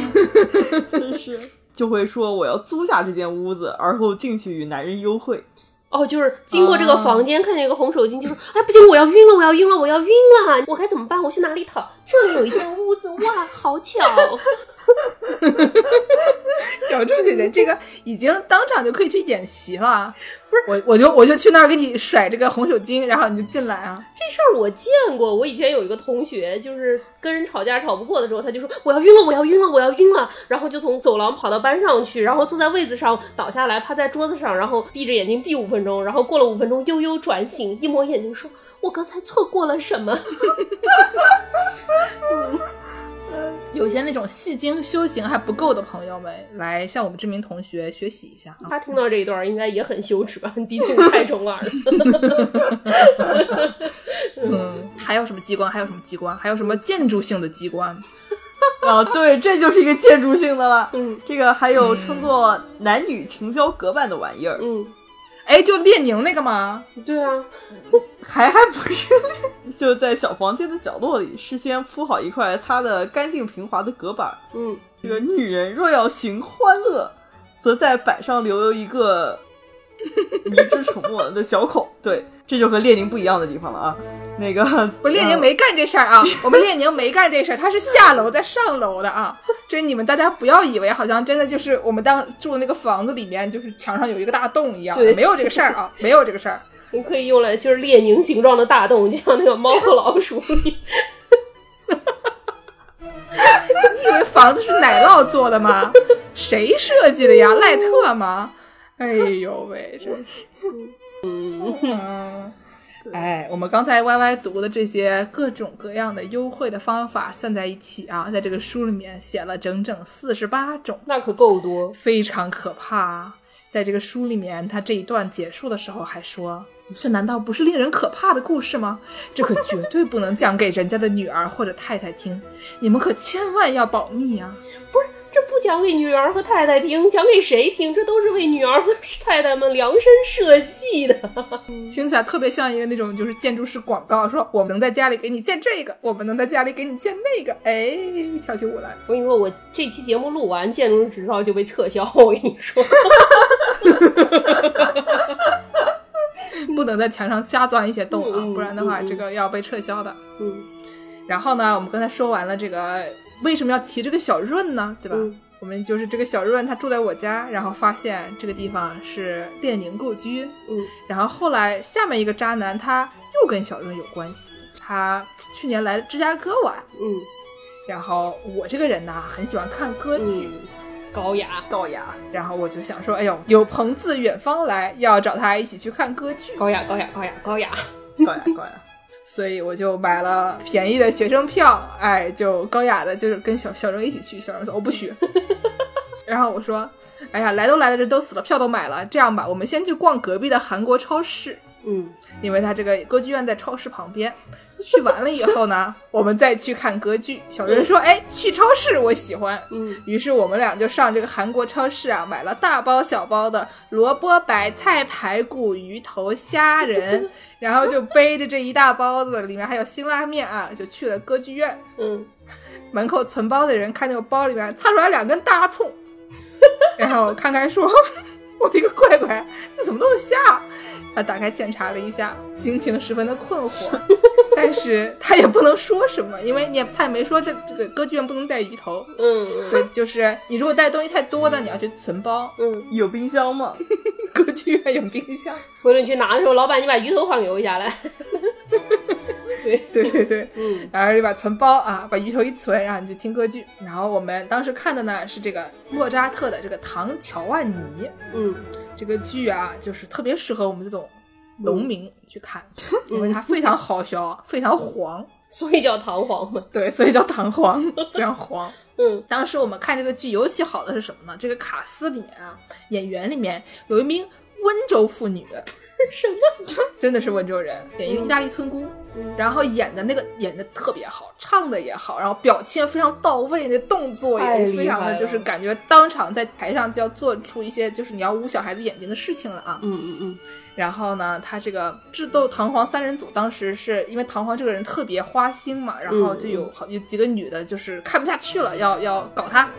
真是，就会说我要租下这间屋子，而后进去与男人幽会。 哦，就是经过这个房间，看见一个红手巾，就说：“哎，不行，我要晕了，我要晕啊 了，我要晕了，我该怎么办？我去哪里躺？这里有一间屋子，哇，好巧！小柱姐姐，这个已经当场就可以去演习了。不是，我我就我就去那儿给你甩这个红手巾，然后你就进来啊。这事儿我见过，我以前有一个同学，就是跟人吵架吵不过的时候，他就说我要晕了，我要晕了，我要晕了，然后就从走廊跑到班上去，然后坐在位子上倒下来，趴在桌子上，然后闭着眼睛闭五分钟，然后过了五分钟悠悠转醒，一抹眼睛说：“我刚才错过了什么有些那种戏精修行还不够的朋友们，来向我们这名同学学习一下？”啊！他听到这一段应该也很羞耻吧， 毕竟太中二了。 嗯，还有什么机关？还有什么机关？还有什么建筑性的机关？啊，对，这就是一个建筑性的了。嗯这个还有称作男女情交隔板的玩意儿，嗯，哎，就列宁那个吗？对啊，还还不是， 就在小房间的角落里，事先铺好一块擦得干净平滑的隔板儿。嗯，这个女人若要行欢乐，则在板上留有一个迷之沉默的小口。对，这就和列宁不一样的地方了啊。那个不，列宁呃没干这事儿啊， 我们列宁没干这事儿，他是下楼再上楼的啊。这你们大家不要以为好像真的就是我们当住的那个房子里面，就是墙上有一个大洞一样对，没有这个事儿啊，没有这个事儿。你可以用来就是列宁形状的大洞，就像那个猫和老鼠里。你以为房子是奶酪做的吗？谁设计的呀？赖特吗？哎呦喂，真是，嗯，哎，我们刚才 Y Y 读的这些各种各样的优惠的方法算在一起啊，在这个书里面写了整整四十八种， 那可够多。非常可怕啊。在这个书里面，他这一段结束的时候还说：“这难道不是令人可怕的故事吗？这可绝对不能讲给人家的女儿或者太太听，你们可千万要保密啊！”这不讲给女儿和太太听，讲给谁听？这都是为女儿和太太们量身设计的。听起来特别像一个那种就是建筑师广告，说我们能在家里给你建这个，我们能在家里给你建那个，哎，跳起舞来。我跟你说，我这期节目录完，建筑师执照就被撤销。我跟你 说，不能在墙上瞎钻一些洞啊嗯，不然的话嗯嗯这个要被撤销的。嗯然后呢，我们刚才说完了这个为什么要提这个小润呢，对吧？嗯我们就是这个小润，他住在我家，然后发现这个地方是列宁故居，嗯，然后后来下面一个渣男他又跟小润有关系，他去年来芝加哥玩，嗯然后我这个人呢很喜欢看歌剧，嗯，高雅龅牙，然后我就想说，哎呦，有朋自远方来，要找他一起去看歌剧，高雅高雅高雅高雅，龅牙，龅牙。所以我就买了便宜的学生票，哎，就高雅的，就是跟小小荣一起去。小荣说我不去， 然后我说，哎呀，来都来了，这都死了，票都买了，这样吧，我们先去逛隔壁的韩国超市，嗯，因为他这个歌剧院在超市旁边。去完了以后呢，我们再去看歌剧。小荣说，哎，去超市我喜欢，嗯，于是我们俩就上这个韩国超市啊，买了大包小包的萝卜、白菜、排骨、鱼头、虾仁，然后就背着这一大包子，里面还有辛拉面啊，就去了歌剧院。嗯，门口存包的人看见我包里面擦出来两根大葱，然后看看说：“ 我的个乖乖，这什么东西啊？”他打开检查了一下，心情十分的困惑，但是他也不能说什么，因为你也他也没说这这个歌剧院不能带鱼头，嗯所以就是你如果带东西太多的，你要去存包。 嗯，有冰箱吗？歌剧院有冰箱，回头你去拿的时候，老板，你把鱼头还给我一下来。对，对对对，嗯然后就把存包啊，把鱼头一存，然后你就听歌剧。然后我们当时看的呢是这个莫扎特的这个《唐乔万尼》嗯这个剧啊，就是特别适合我们这种农民去看，因为它非常好笑，非常黄，所以叫堂皇嘛。对，所以叫唐黄，非常黄。 嗯当时我们看这个剧，尤其好的是什么呢？这个卡司里面啊，演员里面有一名温州妇女， 什么？ 真的是温州人，演一个嗯意大利村姑，嗯然后演的那个演的特别好，唱的也好，然后表现非常到位，那动作太也厉非常害的了就是感觉当场在台上就要做出一些就是你要捂小孩子眼睛的事情了啊。嗯嗯嗯然后呢，他这个智斗唐皇三人组当时是因为唐皇这个人特别花心嘛，然后就嗯有好有几个女的就是看不下去了，要要搞他，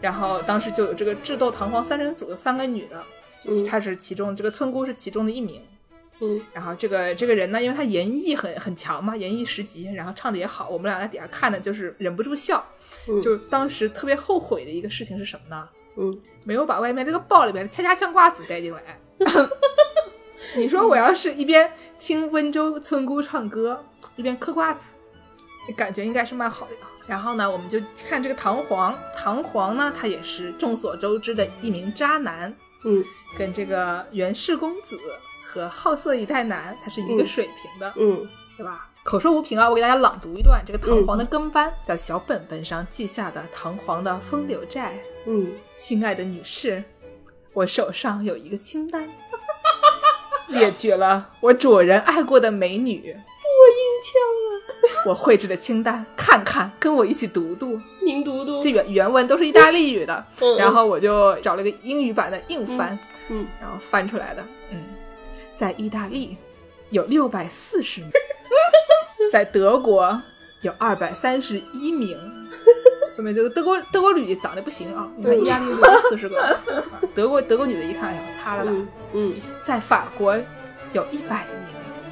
然后当时就有这个智斗唐皇三人组的三个女的嗯，她是其中这个村姑是其中的一名。嗯，然后这个这个人呢，因为他演绎很很强嘛，演绎十级，然后唱的也好，我们俩在底下看的就是忍不住笑。嗯就是当时特别后悔的一个事情是什么呢？嗯，没有把外面那个包里面的恰恰香瓜子带进来。你说我要是一边听温州村姑唱歌，一边嗑瓜子，感觉应该是蛮好的啊。然后呢，我们就看这个唐璜，唐璜呢，他也是众所周知的一名渣男，嗯，跟这个袁氏公子和好色一代男，他是一个嗯水平的，嗯对吧？口说无凭啊，我给大家朗读一段这个唐璜的跟班，在小本本上记下的唐璜的风流债。嗯，亲爱的女士，我手上有一个清单， 列举了我主人爱过的美女，我绘制的清单，看看，跟我一起读读。您读读，这原原文都是意大利语的， 嗯然后我就找了个英语版的硬翻，嗯然后翻出来的。嗯，在意大利有六百四十 名，在德国有二百三十一 名。说明这个德国德国女长得不行啊！你看嗯意大利有四十个， 啊德国德国女的一看，哎呦，擦了吧。嗯嗯，在法国有一百名，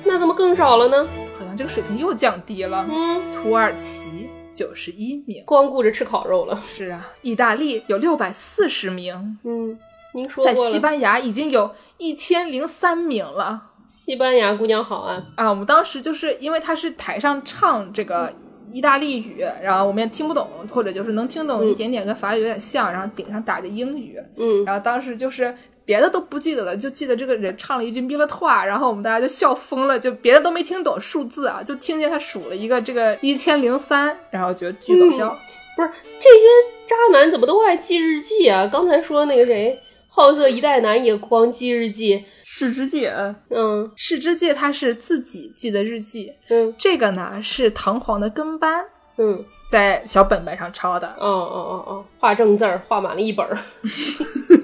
那怎么更少了呢？好像这个水平又降低了。嗯，土耳其九十一名，光顾着吃烤肉了。是啊，意大利有六百四十名，嗯，您说在过西了，班牙已经有一千零三名了西班牙姑娘好啊。啊！我们当时就是因为他是台上唱这个意大利语，然后我们也听不懂，或者就是能听懂一点点，跟法语有点像，然后顶上打着英语，嗯，然后当时就是别的都不记得了，就记得这个人唱了一句米勒托，然后我们大家就笑疯了，就别的都没听懂数字啊，就听见他数了一个这个一千零三，然后觉得巨搞笑。不是这些渣男怎么都爱记日记啊？刚才说那个谁，好色一代男也光记日记。世之界，嗯世之介他是自己记的日记，嗯这个呢是唐璜的跟班嗯，在小本本上抄的。 哦哦哦哦，画正字儿画满了一本儿。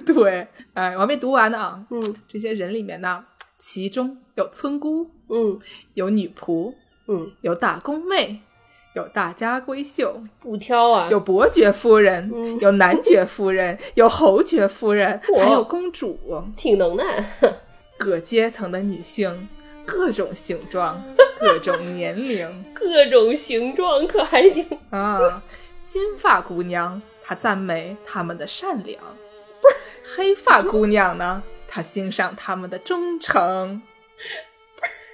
对，哎，我还没读完呢啊。嗯这些人里面呢，其中有村姑，嗯有女仆，嗯，有打工妹，有大家闺秀，不挑啊。有伯爵夫人，嗯有男爵夫人， 有侯爵夫人，哇还有公主，挺能耐，各阶层的女性，各种形状，各种年龄各种形状可还行。啊！金发姑娘，她赞美她们的善良；黑发姑娘呢，她欣赏她们的忠诚。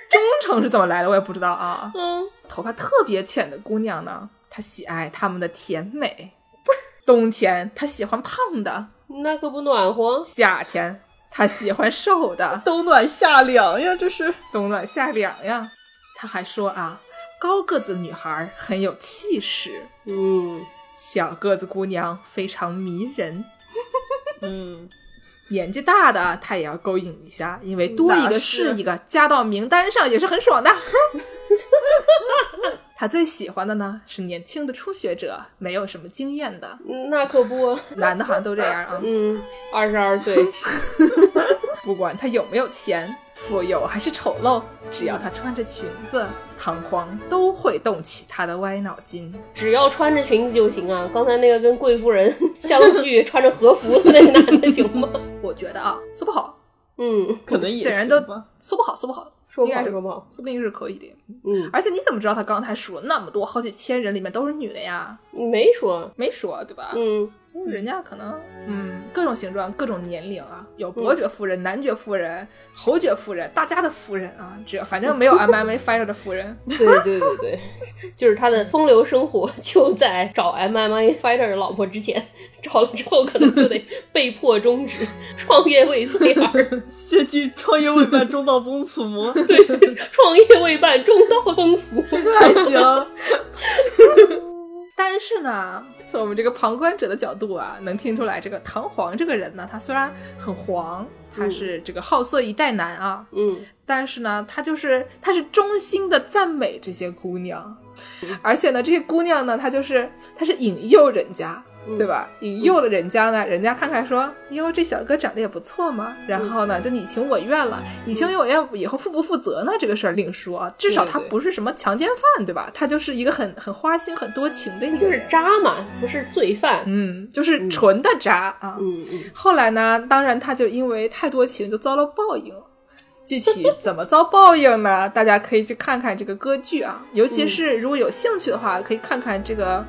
忠诚是怎么来的，我也不知道啊。 嗯，头发特别浅的姑娘呢，她喜爱她们的甜美。冬天她喜欢胖的，那可不暖和。夏天他喜欢瘦的，冬暖夏凉呀，这是冬暖夏凉呀。他还说啊，高个子女孩很有气势，嗯，小个子姑娘非常迷人。嗯，年纪大的他也要勾引一下，因为多一那个是是一个，加到名单上也是很爽的。 他最喜欢的呢是年轻的初学者，没有什么经验的，嗯那可不。啊男的好像都这样啊。嗯，二十二岁。不管他有没有钱，富有还是丑陋，只要他穿着裙子，唐璜都会动起他的歪脑筋。只要穿着裙子就行啊！刚才那个跟贵夫人 相聚穿着和服的那个男的行吗？我觉得啊，说不好， 嗯，可能也自然行都吧说不好，说不好，说应不该好是说不好，说不定是可以的。嗯，而且你怎么知道他刚才数了那么多，好几千人里面都是女的呀？嗯没说，没说对吧？嗯就是人家可能，嗯，各种形状、各种年龄啊，有伯爵夫人、男爵夫人、侯爵夫人，大家的夫人啊，只反正没有 M M A Fire 的夫人。对对对对， 就是他的风流生活就在找 MMA fighter 的老婆之前，找了之后可能就得被迫终 止，创业未遂而先进创业未半，中道崩殂魔，对，创业未半，中道崩殂。还行。但是呢，从我们这个旁观者的角度啊，能听出来，这个唐璜这个人呢，他虽然很黄，他是这个好色一代男啊，嗯，但是呢，他就是他是衷心的赞美这些姑娘，而且呢，这些姑娘呢，他就是他是引诱人家。嗯对？吧？引诱了人家呢，人家看看说，哟，这小哥长得也不错嘛。嗯然后呢，就你情我愿了。你情我愿以后负不负责呢？这个事儿另说啊。至少他对对不是什么强奸犯，对吧？他就是一个很很花心、很多情的一他个人。就是渣嘛，不是罪犯。嗯，就是纯的渣啊。嗯嗯后来呢，当然他就因为太多情就遭了报应，具体怎么遭报应呢？ 大家可以去看看这个歌剧啊，尤其是如果有兴趣的话，可以看看这个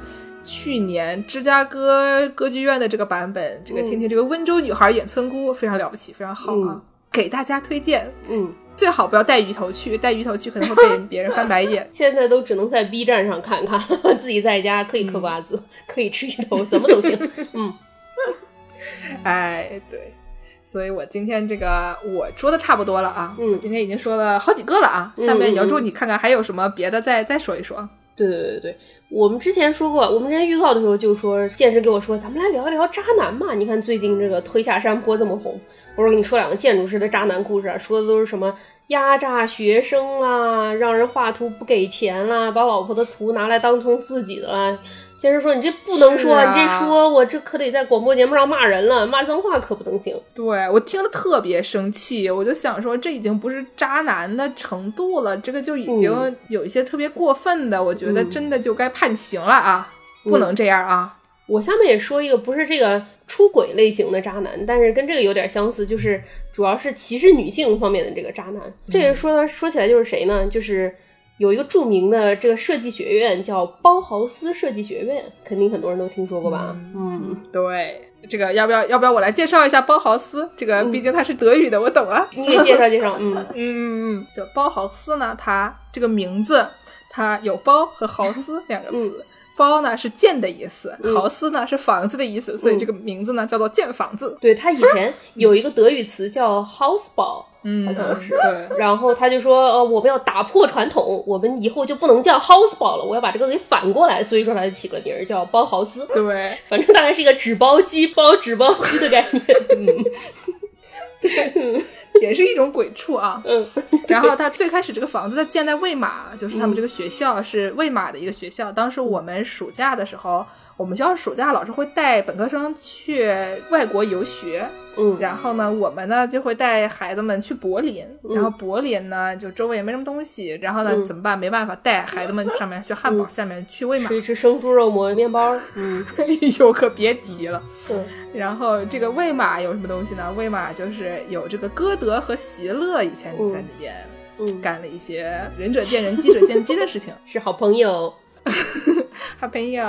去年芝加哥歌剧院的这个版本，这个嗯听听这个温州女孩演村姑，非常了不起，非常好啊，嗯给大家推荐。嗯，最好不要带鱼头去，带鱼头去可能会被别人翻白眼。现在都只能在 B 站上看 看，自己在家可以嗑瓜子，可以吃一头，怎么都行。嗯，哎，对，所以我今天这个我说的差不多了啊，嗯我今天已经说了好几个了啊，嗯下面姚柱你看看还有什么别的再再说一说。啊对对对对，我们之前说过，我们之前预告的时候就说，剑师跟我说，咱们来聊一聊渣男嘛。你看最近这个推下山坡这么红，我说给你说两个建筑师的渣男故事啊，说的都是什么压榨学生啦，让人画图不给钱啦，把老婆的图拿来当成自己的啦。剑师说你这不能是说，啊你这说我这可得在广播节目上骂人了，骂脏话可不能行。对我听了特别生气，我就想说这已经不是渣男的程度了，这个就已经嗯有一些特别过分的，我觉得嗯真的就该判刑了啊，不能这样啊。我下面也说一个不是这个出轨类型的渣男，但是跟这个有点相似，就是主要是歧视女性方面的这个渣男。这个说说起来就是谁呢？就是有一个著名的这个设计学院叫包豪斯设计学院，肯定很多人都听说过吧？嗯，对，这个要不要要不要我来介绍一下包豪斯？这个毕竟他是德语的，我懂啊。你给介绍介绍。嗯，嗯，这包豪斯呢，它这个名字它有包和豪 斯两个词。包呢是建的意思，嗯豪斯呢是房子的意思，所以嗯这个名字呢叫做建房子。对他以前有一个德语词叫 Hausbau，嗯，好像是对，然后他就说，呃，我们要打破传统，我们以后就不能叫 Hausbau 了，我要把这个给反过来，所以说他就起了名儿叫包豪斯。对，反正大概是一个纸包机包纸包机的概念。嗯也是一种鬼畜啊。 嗯，然后他最开始这个房子它建在魏玛，就是嗯他们这个学校是魏玛的一个学校。当时我们暑假的时候，我们学校暑假老师会带本科生去外国游学，嗯，然后呢，我们呢就会带孩子们去柏林，然后柏林呢就周围也没什么东西，然后呢、嗯怎么办？没办法，带孩子们上面去汉堡，下面去魏玛 吃。一吃生猪肉抹面包。嗯，哎呦，可别提了。对，然后这个魏玛有什么东西呢？魏玛就是有这个歌德和席勒以前在那边嗯，干了一些仁者见仁，鸡者见鸡的 事情。是好朋友。哈朋友，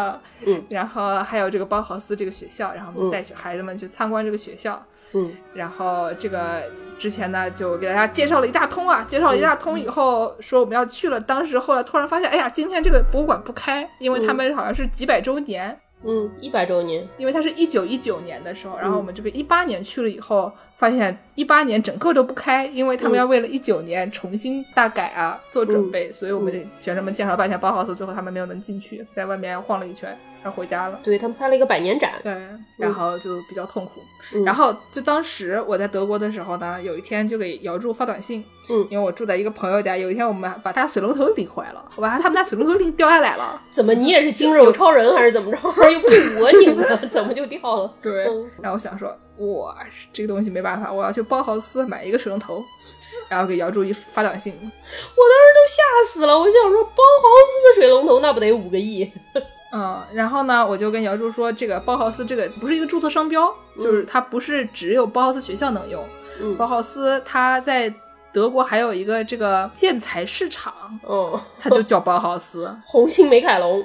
嗯，然后还有这个包豪斯这个学校，然后我们就嗯带去孩子们去参观这个学校。嗯然后这个之前呢，就给大家介绍了一大通啊，介绍了一大通以后，说我们要去了。当时后来突然发现，哎呀，今天这个博物馆不开，因为他们好像是几百周年，嗯，一百周年。因为它是一九一九年的时候，然后我们这个一八年去了以后，发现一八年整个都不开，因为他们要为了一九年重新大改啊、做准备，所以我们的学生们介绍了半天包豪斯，最后他们没有能进去，在外面晃了一圈，然后回家了。对他们开了一个百年展。对，然后就比较痛苦。嗯然后就当时我在德国的时候呢，有一天就给姚柱发短信，嗯因为我住在一个朋友家，有一天我们把他水龙头理坏了，我把他们家水龙头理掉下来 了。怎么你也是精肉超人还是怎么着？ 又不是我拧的，怎么就掉了？ 对嗯哦然后我想说，哇，这个东西没办法，我要去包豪斯买一个水龙头，然后给姚柱一发短信，我当时都吓死了。我想说，包豪斯的水龙头那不得五个亿？嗯，然后呢，我就跟姚柱说，这个包豪斯这个不是一个注册商标，就是它不是只有包豪斯学校能用，嗯包豪斯它在德国还有一个这个建材市场，嗯，它就叫包豪斯。红星美凯龙，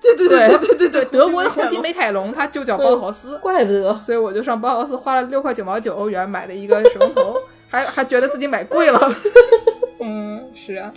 对对对对 对对，德国的红星没美凯龙，它就叫包豪斯。怪不得。所以我就上包豪斯花了六块九毛九欧元买了一个水龙头，还还觉得自己买贵了。 嗯，是啊，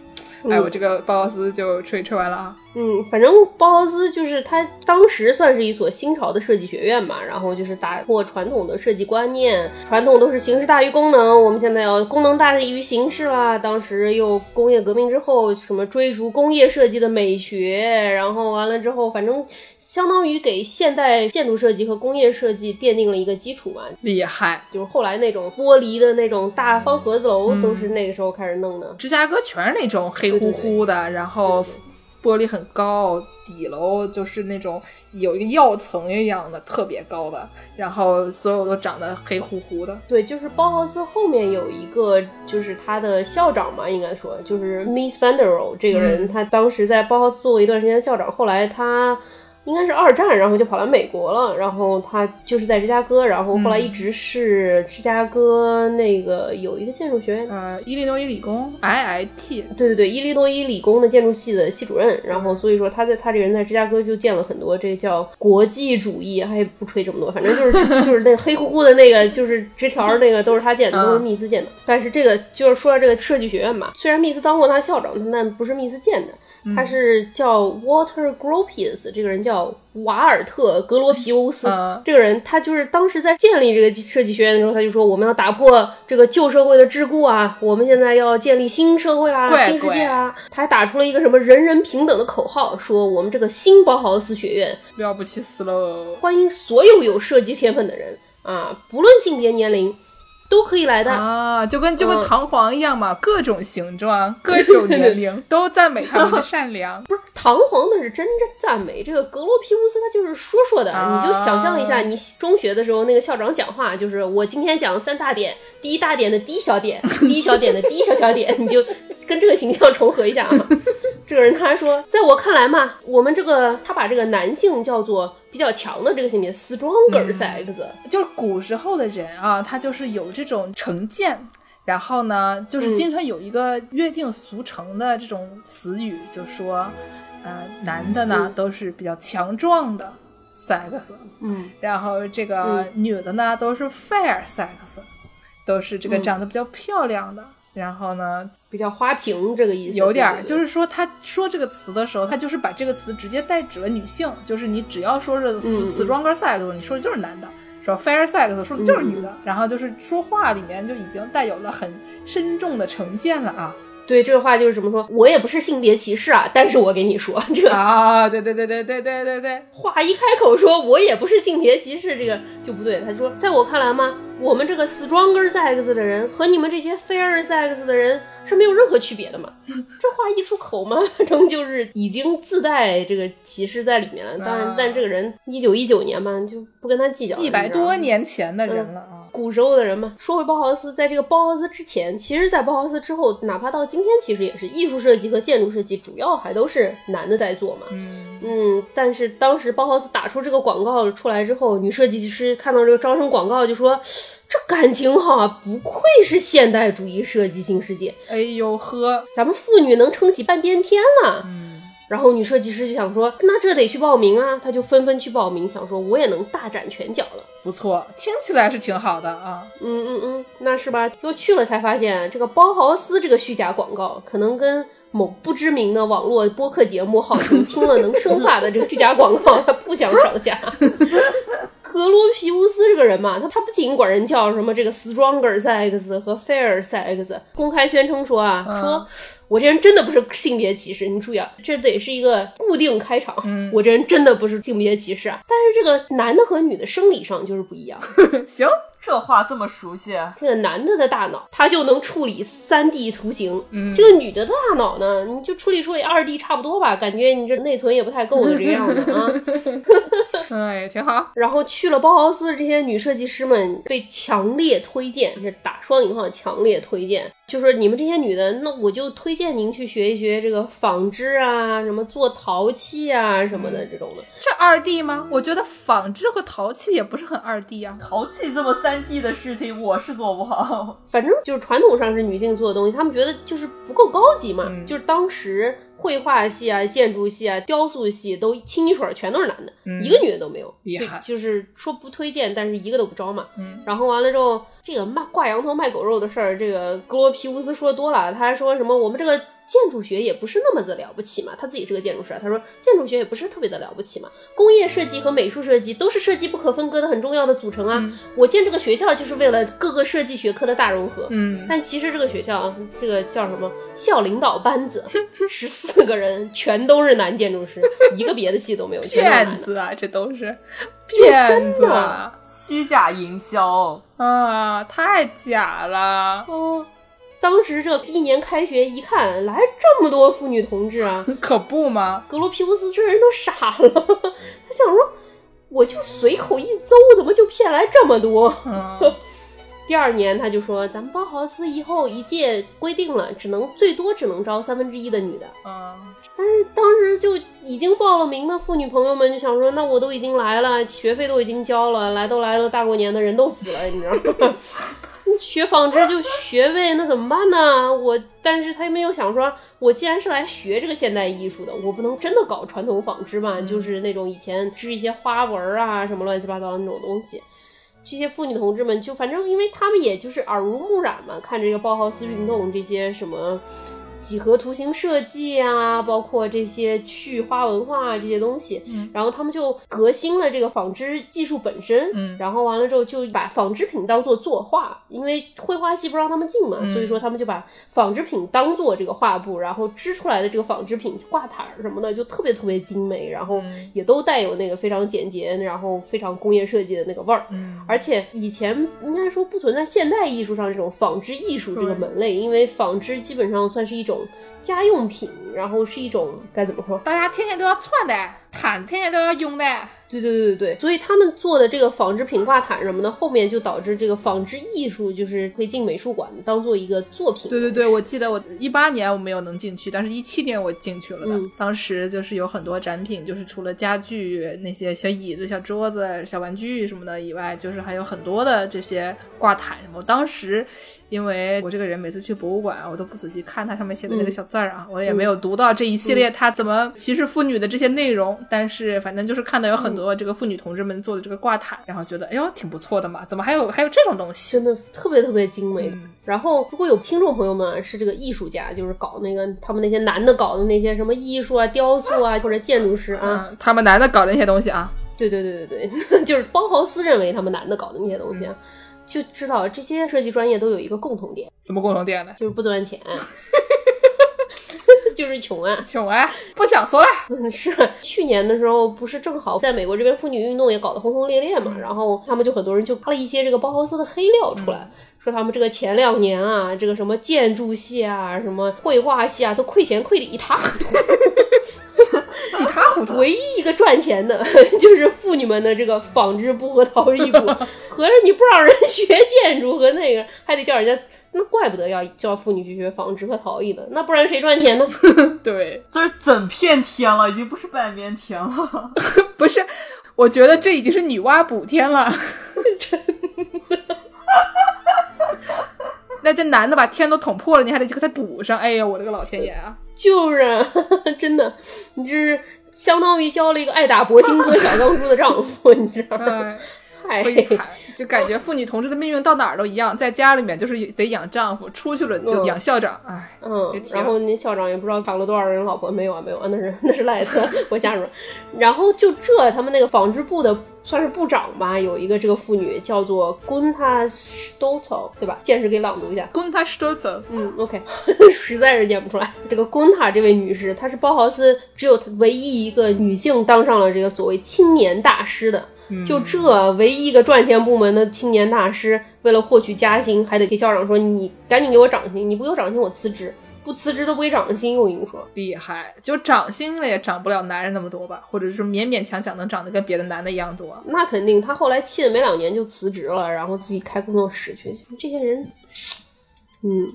哎，我这个包豪斯就吹吹完了啊。嗯，反正包豪斯就是它当时算是一所新潮的设计学院嘛，然后就是打破传统的设计观念，传统都是形式大于功能，我们现在要功能大于形式啦。当时又工业革命之后，什么追逐工业设计的美学，然后完了之后，反正相当于给现代建筑设计和工业设计奠定了一个基础嘛。厉害！就是后来那种玻璃的那种大方盒子楼，都是那个时候开始弄的。芝加哥全是那种黑乎乎的，然后玻璃很高，底楼就是那种有一个药层一样的特别高的，然后所有都长得黑乎乎的。对，就是包豪斯后面有一个，就是他的校长嘛，应该说就是 Miss Van der Rohe 这个人，他当时在包豪斯做过一段时间的校长，后来他。应该是二战，然后就跑来美国了，然后他就是在芝加哥，然后后来一直是芝加哥那个有一个建筑学院，呃，伊利诺伊理工 IIT，对对对，伊利诺伊理工的建筑系的系主任，然后所以说他在他这人在芝加哥就建了很多这叫国际主义，还不吹这么多，反正就是 就是那黑乎乎的那个就是直条儿那个都是他建的，都是密斯建的。但是这个就是说到这个设计学院嘛，虽然密斯当过他校长，但不是密斯建的，他是叫 Walter Gropius，这个人叫瓦尔特格罗皮欧斯。嗯这个人他就是当时在建立这个设计学院的时候，他就说我们要打破这个旧社会的桎梏啊，我们现在要建立新社会啦，怪新世界啦。他还打出了一个什么人人平等的口号，说我们这个新包豪斯学院了不起死喽！欢迎所有有设计天分的人啊，不论性别年龄都可以来的。啊，就跟就跟嗯弹簧一样嘛，各种形 状、各种年龄都赞美他们的善良。不是唐皇那是真正赞美，这个格罗皮乌斯他就是说说的，啊你就想象一下，你中学的时候那个校长讲话，就是我今天讲三大点，第一大点的第一 小点，第一小点的第一小小点，你就跟这个形象重合一下 啊。这个人他说，在我看来嘛，我们这个他把这个男性叫做比较强的这个性别嗯 stronger sex，、就是古时候的人啊，他就是有这种成见。然后呢，嗯就是经常有一个约定俗成的这种词语，就说，呃，男的呢、嗯都是比较强壮的 sex，嗯，然后这个女的呢、都是 fair sex，都是这个嗯长得比较漂亮的。然后呢，比较花瓶这个意思，有点对儿，对对就是说他说这个词的时候，他就是把这个词直接代指了女性，就是你只要说是嗯 stronger sex，你说的就是男的；说 fair sex，说的就是女嗯的。然后就是说话里面就已经带有了很深重的成见了 啊对这个话就是怎么说，我也不是性别歧视啊，但是我跟你说这个。啊！对对对对对对对对，话一开口说我也不是性别歧视，这个就不对。他说，在我看来嘛，我们这个 stronger sex 的人和你们这些 fair sex 的人是没有任何区别 的嘛。这话一出口嘛，反正就是已经自带这个歧视在里面了。当然啊，但这个人一九一九年嘛，就不跟他计较了。一百你知道吗多年前的人了啊！古时候的人嘛。说回包豪斯，在这个包豪斯之前，其实，在包豪斯之后，哪怕到今天，其实也是艺术设计和建筑设计主要还都是男的在做嘛。嗯，嗯，但是当时包豪斯打出这个广告出来之后，女设计师看到这个招生广告就说：“这感情好啊，不愧是现代主义设计新世界，哎呦呵，咱们妇女能撑起半边天了。”嗯，然后女设计师就想说：“那这得去报名啊！”她就纷纷去报名，想说我也能大展拳脚了。不错，听起来是挺好的啊。嗯嗯嗯，那是吧？就去了才发现，这个包豪斯这个虚假广告，可能跟某不知名的网络播客节目 号称听了能生发的这个虚假广告，他不相上下。格罗皮乌斯这个人嘛，他他不仅管人叫什么这个 stronger sex 和 fair sex，公开宣称说啊，嗯说我这人真的不是性别歧视，你注意啊，这得是一个固定开场，嗯我这人真的不是性别歧视啊。但是这个男的和女的生理上就是不一样。行，这话这么熟悉，这个男的的大脑，他就能处理三 D 图形。嗯这个女的大脑呢，你就处理处理二 D 差不多吧，感觉你这内存也不太够的这个样子啊。哎，挺好。然后去了包豪斯，这些女设计师们被强烈推荐，是打双引号强烈推荐，就说你们这些女的，那我就推荐您去学一学这个纺织啊，什么做陶器啊什么的这种的。这二 D 吗？我觉得纺织和陶器也不是很二 D 啊。淘气这么三 D 的事情我是做不好。反正就是传统上是女性做的东西，他们觉得就是不够高级嘛。嗯就是当时绘画系啊、建筑系啊、雕塑系都清一水儿全都是男的，嗯一个女的都没有。厉害就就是说不推荐，但是一个都不招嘛。嗯，然后完了之后，这个卖挂羊头卖狗肉的事儿，这个格罗皮乌斯说多了，他还说什么我们这个建筑学也不是那么的了不起嘛，他自己是个建筑师啊，他说建筑学也不是特别的了不起嘛，工业设计和美术设计都是设计不可分割的很重要的组成啊，嗯我建这个学校就是为了各个设计学科的大融合。嗯，但其实这个学校，啊这个叫什么校领导 班子，十四个人全都是男建筑师，一个别的系都没有，全都是男骗的。子啊，这都是骗子啊！虚假营销，啊，太假了， 哦，当时这一年开学一看，来这么多妇女同志 啊，可不吗？格罗皮乌斯这人都傻了， 他想说，我就随口一诌，怎么就骗来这么多？嗯，第二年他就说，咱们包豪斯以后一届规定了，只能最多只能招三分之一的女的。嗯，当时就已经报了名的妇女朋友们就想说，那我都已经来了，学费都已经交了，来都来了，大过年的人都死了，你知道吗？学纺织就学呗，那怎么办呢？我，但是他又没有想说，我既然是来学这个现代艺术的，我不能真的搞传统纺织嘛，就是那种以前织一些花纹儿啊，什么乱七八糟的那种东西。这些妇女同志们就反正，因为他们也就是耳濡目染嘛，看这个包豪斯运动这些什么几何图形设计啊，包括这些絮花文化啊这些东西，嗯然后他们就革新了这个纺织技术本身，嗯然后完了之后就把纺织品当做作画，因为绘画系不让他们进嘛，嗯所以说他们就把纺织品当做这个画布，然后织出来的这个纺织品挂毯儿什么的就特别特别精美，然后嗯也都带有那个非常简洁，然后非常工业设计的那个味儿。嗯，而且以前应该说不存在现代艺术上这种纺织艺术这个对门类，因为纺织基本上算是一种家用品，然后是一种该怎么说？大家天天都要穿的，毯子天天都要用的，对对对对对，所以他们做的这个纺织品挂毯什么的，后面就导致这个纺织艺术就是会进美术馆当做一个作品。对对对，我记得我一八年我没有能进去，但是一七年我进去了的。嗯当时就是有很多展品，就是除了家具那些小椅子、小桌子、小玩具什么的以外，就是还有很多的这些挂毯什么。我当时因为我这个人每次去博物馆，我都不仔细看它上面写的嗯那个小字儿啊，我也没有读到这一系列它怎么歧视妇女的这些内容，但是反正就是看到有嗯很多这个妇女同志们做的这个挂毯，然后觉得哎呦挺不错的嘛，怎么还有还有这种东西？真的特别特别精美。嗯然后，如果有听众朋友们是这个艺术家，就是搞那个他们那些男的搞的那些什么艺术啊、雕塑啊， 或者建筑师啊，嗯，他们男的搞的那些东西啊，对对对对对，就是包豪斯认为他们男的搞的那些东西啊，就知道这些设计专业都有一个共同点，怎么共同点呢？就是不 赚钱，就是穷啊。穷啊，不想说了。 是啊去年的时候，不是正好在美国这边妇女运动也搞得轰轰烈烈嘛，然后他们就很多人就扒了一些这个包豪斯的黑料出来。说他们这个前两年啊，这个什么建筑系啊，什么绘画系啊，都亏钱亏得一塌糊涂，一塌糊涂。唯一一个赚钱的 就是妇女们的这个纺织布和陶艺布，合着你不让人学建筑和那个，还得叫人家，那怪不得要叫妇女去学纺织和陶艺呢，那不然谁赚钱呢？对，就是整片天了，已经不是半边天了。 不是，我觉得这已经是女娲补天了。 那这男的把天都捅破了，你还得去给他补上。哎呀，我的个老天爷啊！就是 啊真的，你这是相当于交了一个爱打铂金哥小钢珠的丈夫，你知道吗？哎，太悲惨，就感觉妇女同志的命运到哪儿都一样，在家里面就是得养丈夫，出去了就养校长。哎，嗯别，提了然后那校长也不知道抢了多少人老婆，没有啊，没有啊，那是那是赖子，我瞎说。然后就这，他们那个纺织部的算是部长吧，有一个这个妇女叫做 Gunta Stoto，对吧？剑师给朗读一下。供他说走。嗯，OK，实 在是念不出来。这个 Gunta 这位女士，她是包豪斯只有唯一一个女性当上了这个所谓青年大师的。嗯就这唯一一个赚钱部门的青年大师，为了获取加薪，还得给校长说：“你赶紧给我涨薪，你不给我涨薪，我辞职。不辞职都不给涨薪。”我跟你说，厉害，就长心了也长不了男人那么多吧，或者是勉勉强强能长得跟别的男的一样多。那肯定。他后来气的没两年就辞职了，然后自己开工作室去。这些人，嗯，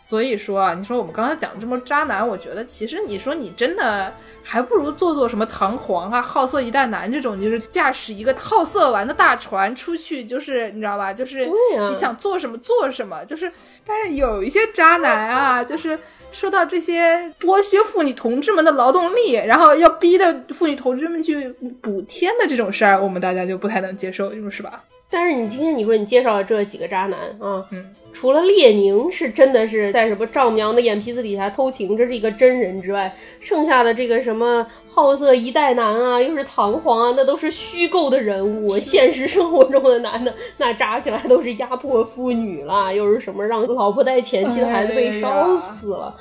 所以说啊，你说我们刚才讲这么渣男，我觉得其实你说你真的还不如做做什么唐璜啊、好色一代男这种，你就是驾驶一个好色玩的大船出去，就是你知道吧？就是对啊你想做什么做什么，就是但是有一些渣男啊，就是说到这些剥削妇女同志们的劳动力，然后要逼的妇女同志们去补天的这种事儿，我们大家就不太能接受，是吧？但是你今天你说你介绍了这几个渣男啊，嗯除了列宁是真的是在什么丈母娘的眼皮子底下偷情，这是一个真人之外，剩下的这个什么好色一代男啊，又是唐璜啊，那都是虚构的人物，现实生活中的男的那扎起来都是压迫妇女啦，又是什么让老婆带前妻的孩子被烧死了。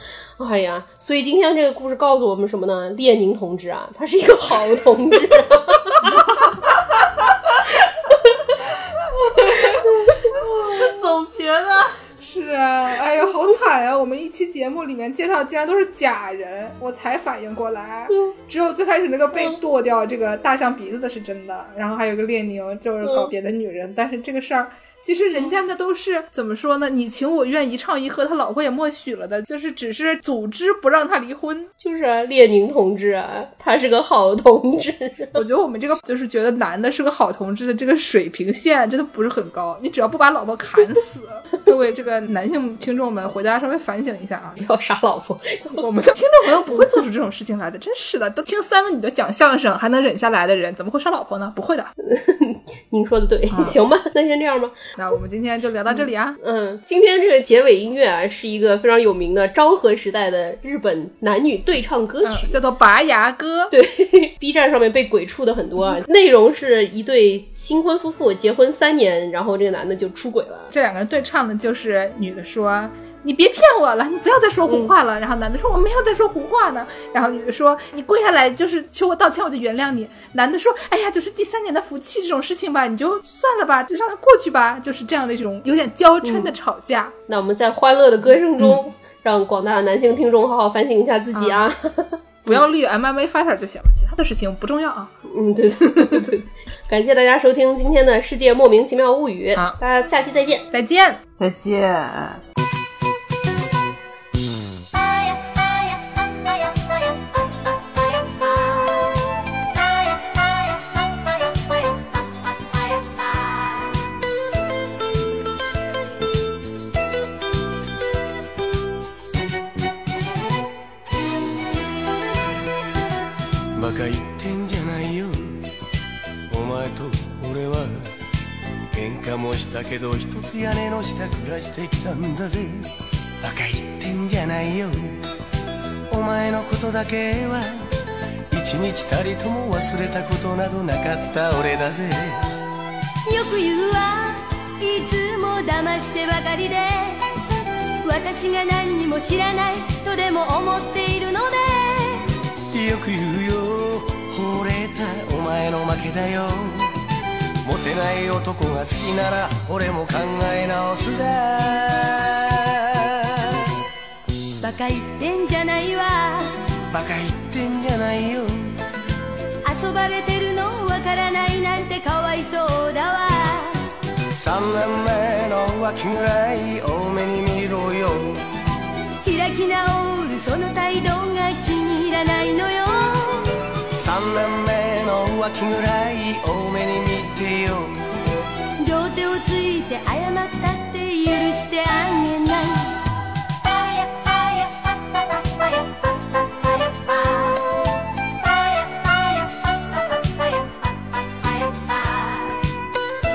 哎呀，所以今天这个故事告诉我们什么呢？列宁同志啊，他是一个好同 志、啊。总结的，是啊，哎呀，好惨啊！我 们一期节目里面介绍竟然都是假人，我才反应过来，只有最开始那个被剁掉这个大象鼻子的是真的，然后还有个列宁就是搞别的女人，但是这个事儿其实人家那都是怎么说呢？你情我愿，一唱一和，他老婆也默许了的，就是只是组织不让他离婚。就是啊，列宁同志啊，他是个好同志。 我觉得我们这个就是觉得男的是个好同志的这个水平线真的不是很高。你只要不把老婆砍死，各位这个男性听众们回家稍微反省一下啊，要杀老婆，我们的听众朋友不会做出这种事情来的，真是的。都听三个女的讲相声还能忍下来的人，怎么会杀老婆呢？不会的。您说的对，行吧，那先这样吧。那我们今天就聊到这里啊。嗯，今天这个结尾音乐啊，是一个非常有名的昭和时代的日本男女对唱歌曲，嗯、叫做《拔牙歌》。 对，B 站上面被鬼畜的很多啊。内容是一对新婚夫妇结婚三年，然后这个男的就出轨了。这两个人对唱的就是女的说。你别骗我了，你不要再说胡话了。然后男的说我没有在说胡话呢。然后女的说你跪下来就是求我道歉，我就原谅你。男的说哎呀，就是第三年的福气这种事情吧，你就算了吧，就让它过去吧。就是这样的一种有点娇嗔的吵架。那我们在欢乐的歌声中，让广大的男性听众好好反省一下自己啊。不要绿 MMA fighter 就行了，其他的事情不重要啊。嗯，对对对对对，感谢大家收听今天的《世界莫名其妙物语》好，大家下期再见。再见。再见。あやあやあやあやあああやああやあやあやあやああやあバカ言ってんじゃないよお前と俺は喧嘩もしたけど一つ屋根の下暮らしてきたんだぜバカ言ってんじゃないよお前のことだけは一日たりとも忘れたことなどなかった俺だぜよく言うわいつも騙してばかりで私が何にも知らないとでも思っているのでよく言うよ惚れたお前の負けだよモテない男が好きなら俺も考え直すぜバカ言ってんじゃないわバカ言ってんじゃないよ遊ばれてるのわからないなんてかわいそうだわ三年目の浮気ぐらい多めに見ろよ開き直るその態度が気に入らないのよ三年目の浮気ぐらい多めに見てよ両手をついて謝ったって許してあげない「パヤパヤパパパパヤパパパヤパ」「パヤパヤパパパパヤパパパヤパ」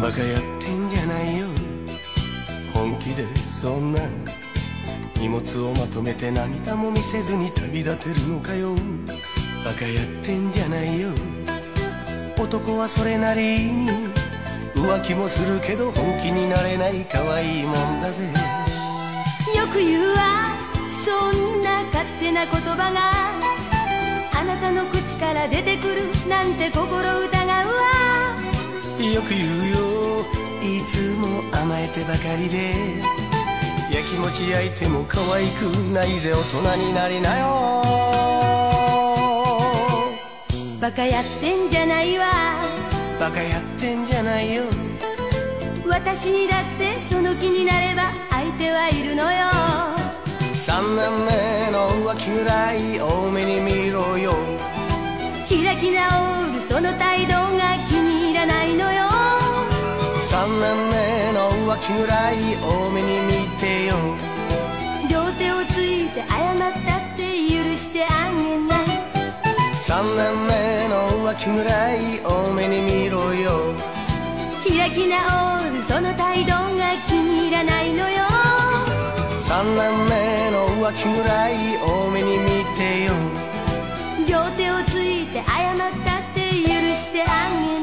バカやってんじゃないよ本気でそんな荷物をまとめて涙も見せずに旅立てるのかよバカやってんじゃないよ男はそれなりに浮気もするけど本気になれない可愛いもんだぜよく言うわそんな勝手な言葉があなたの口から出てくるなんて心疑うわよく言うよいつも甘えてばかりでやきもち焼いても可愛くないぜ大人になりなよバカやってんじゃないわバカやってんじゃないよ私にだってその気になれば相手はいるのよ3年目の浮気ぐらい多めに見ろよ開き直るその態度が気に入らないのよ3年目の浮気ぐらい多めに見てよ両手をついて謝ったって許してあげない3年目の浮気ぐらい多めに見ろよ開き直るその態度が気に入らないのよ3年目の浮気ぐらい多めに見てよ両手をついて謝ったって許してあげない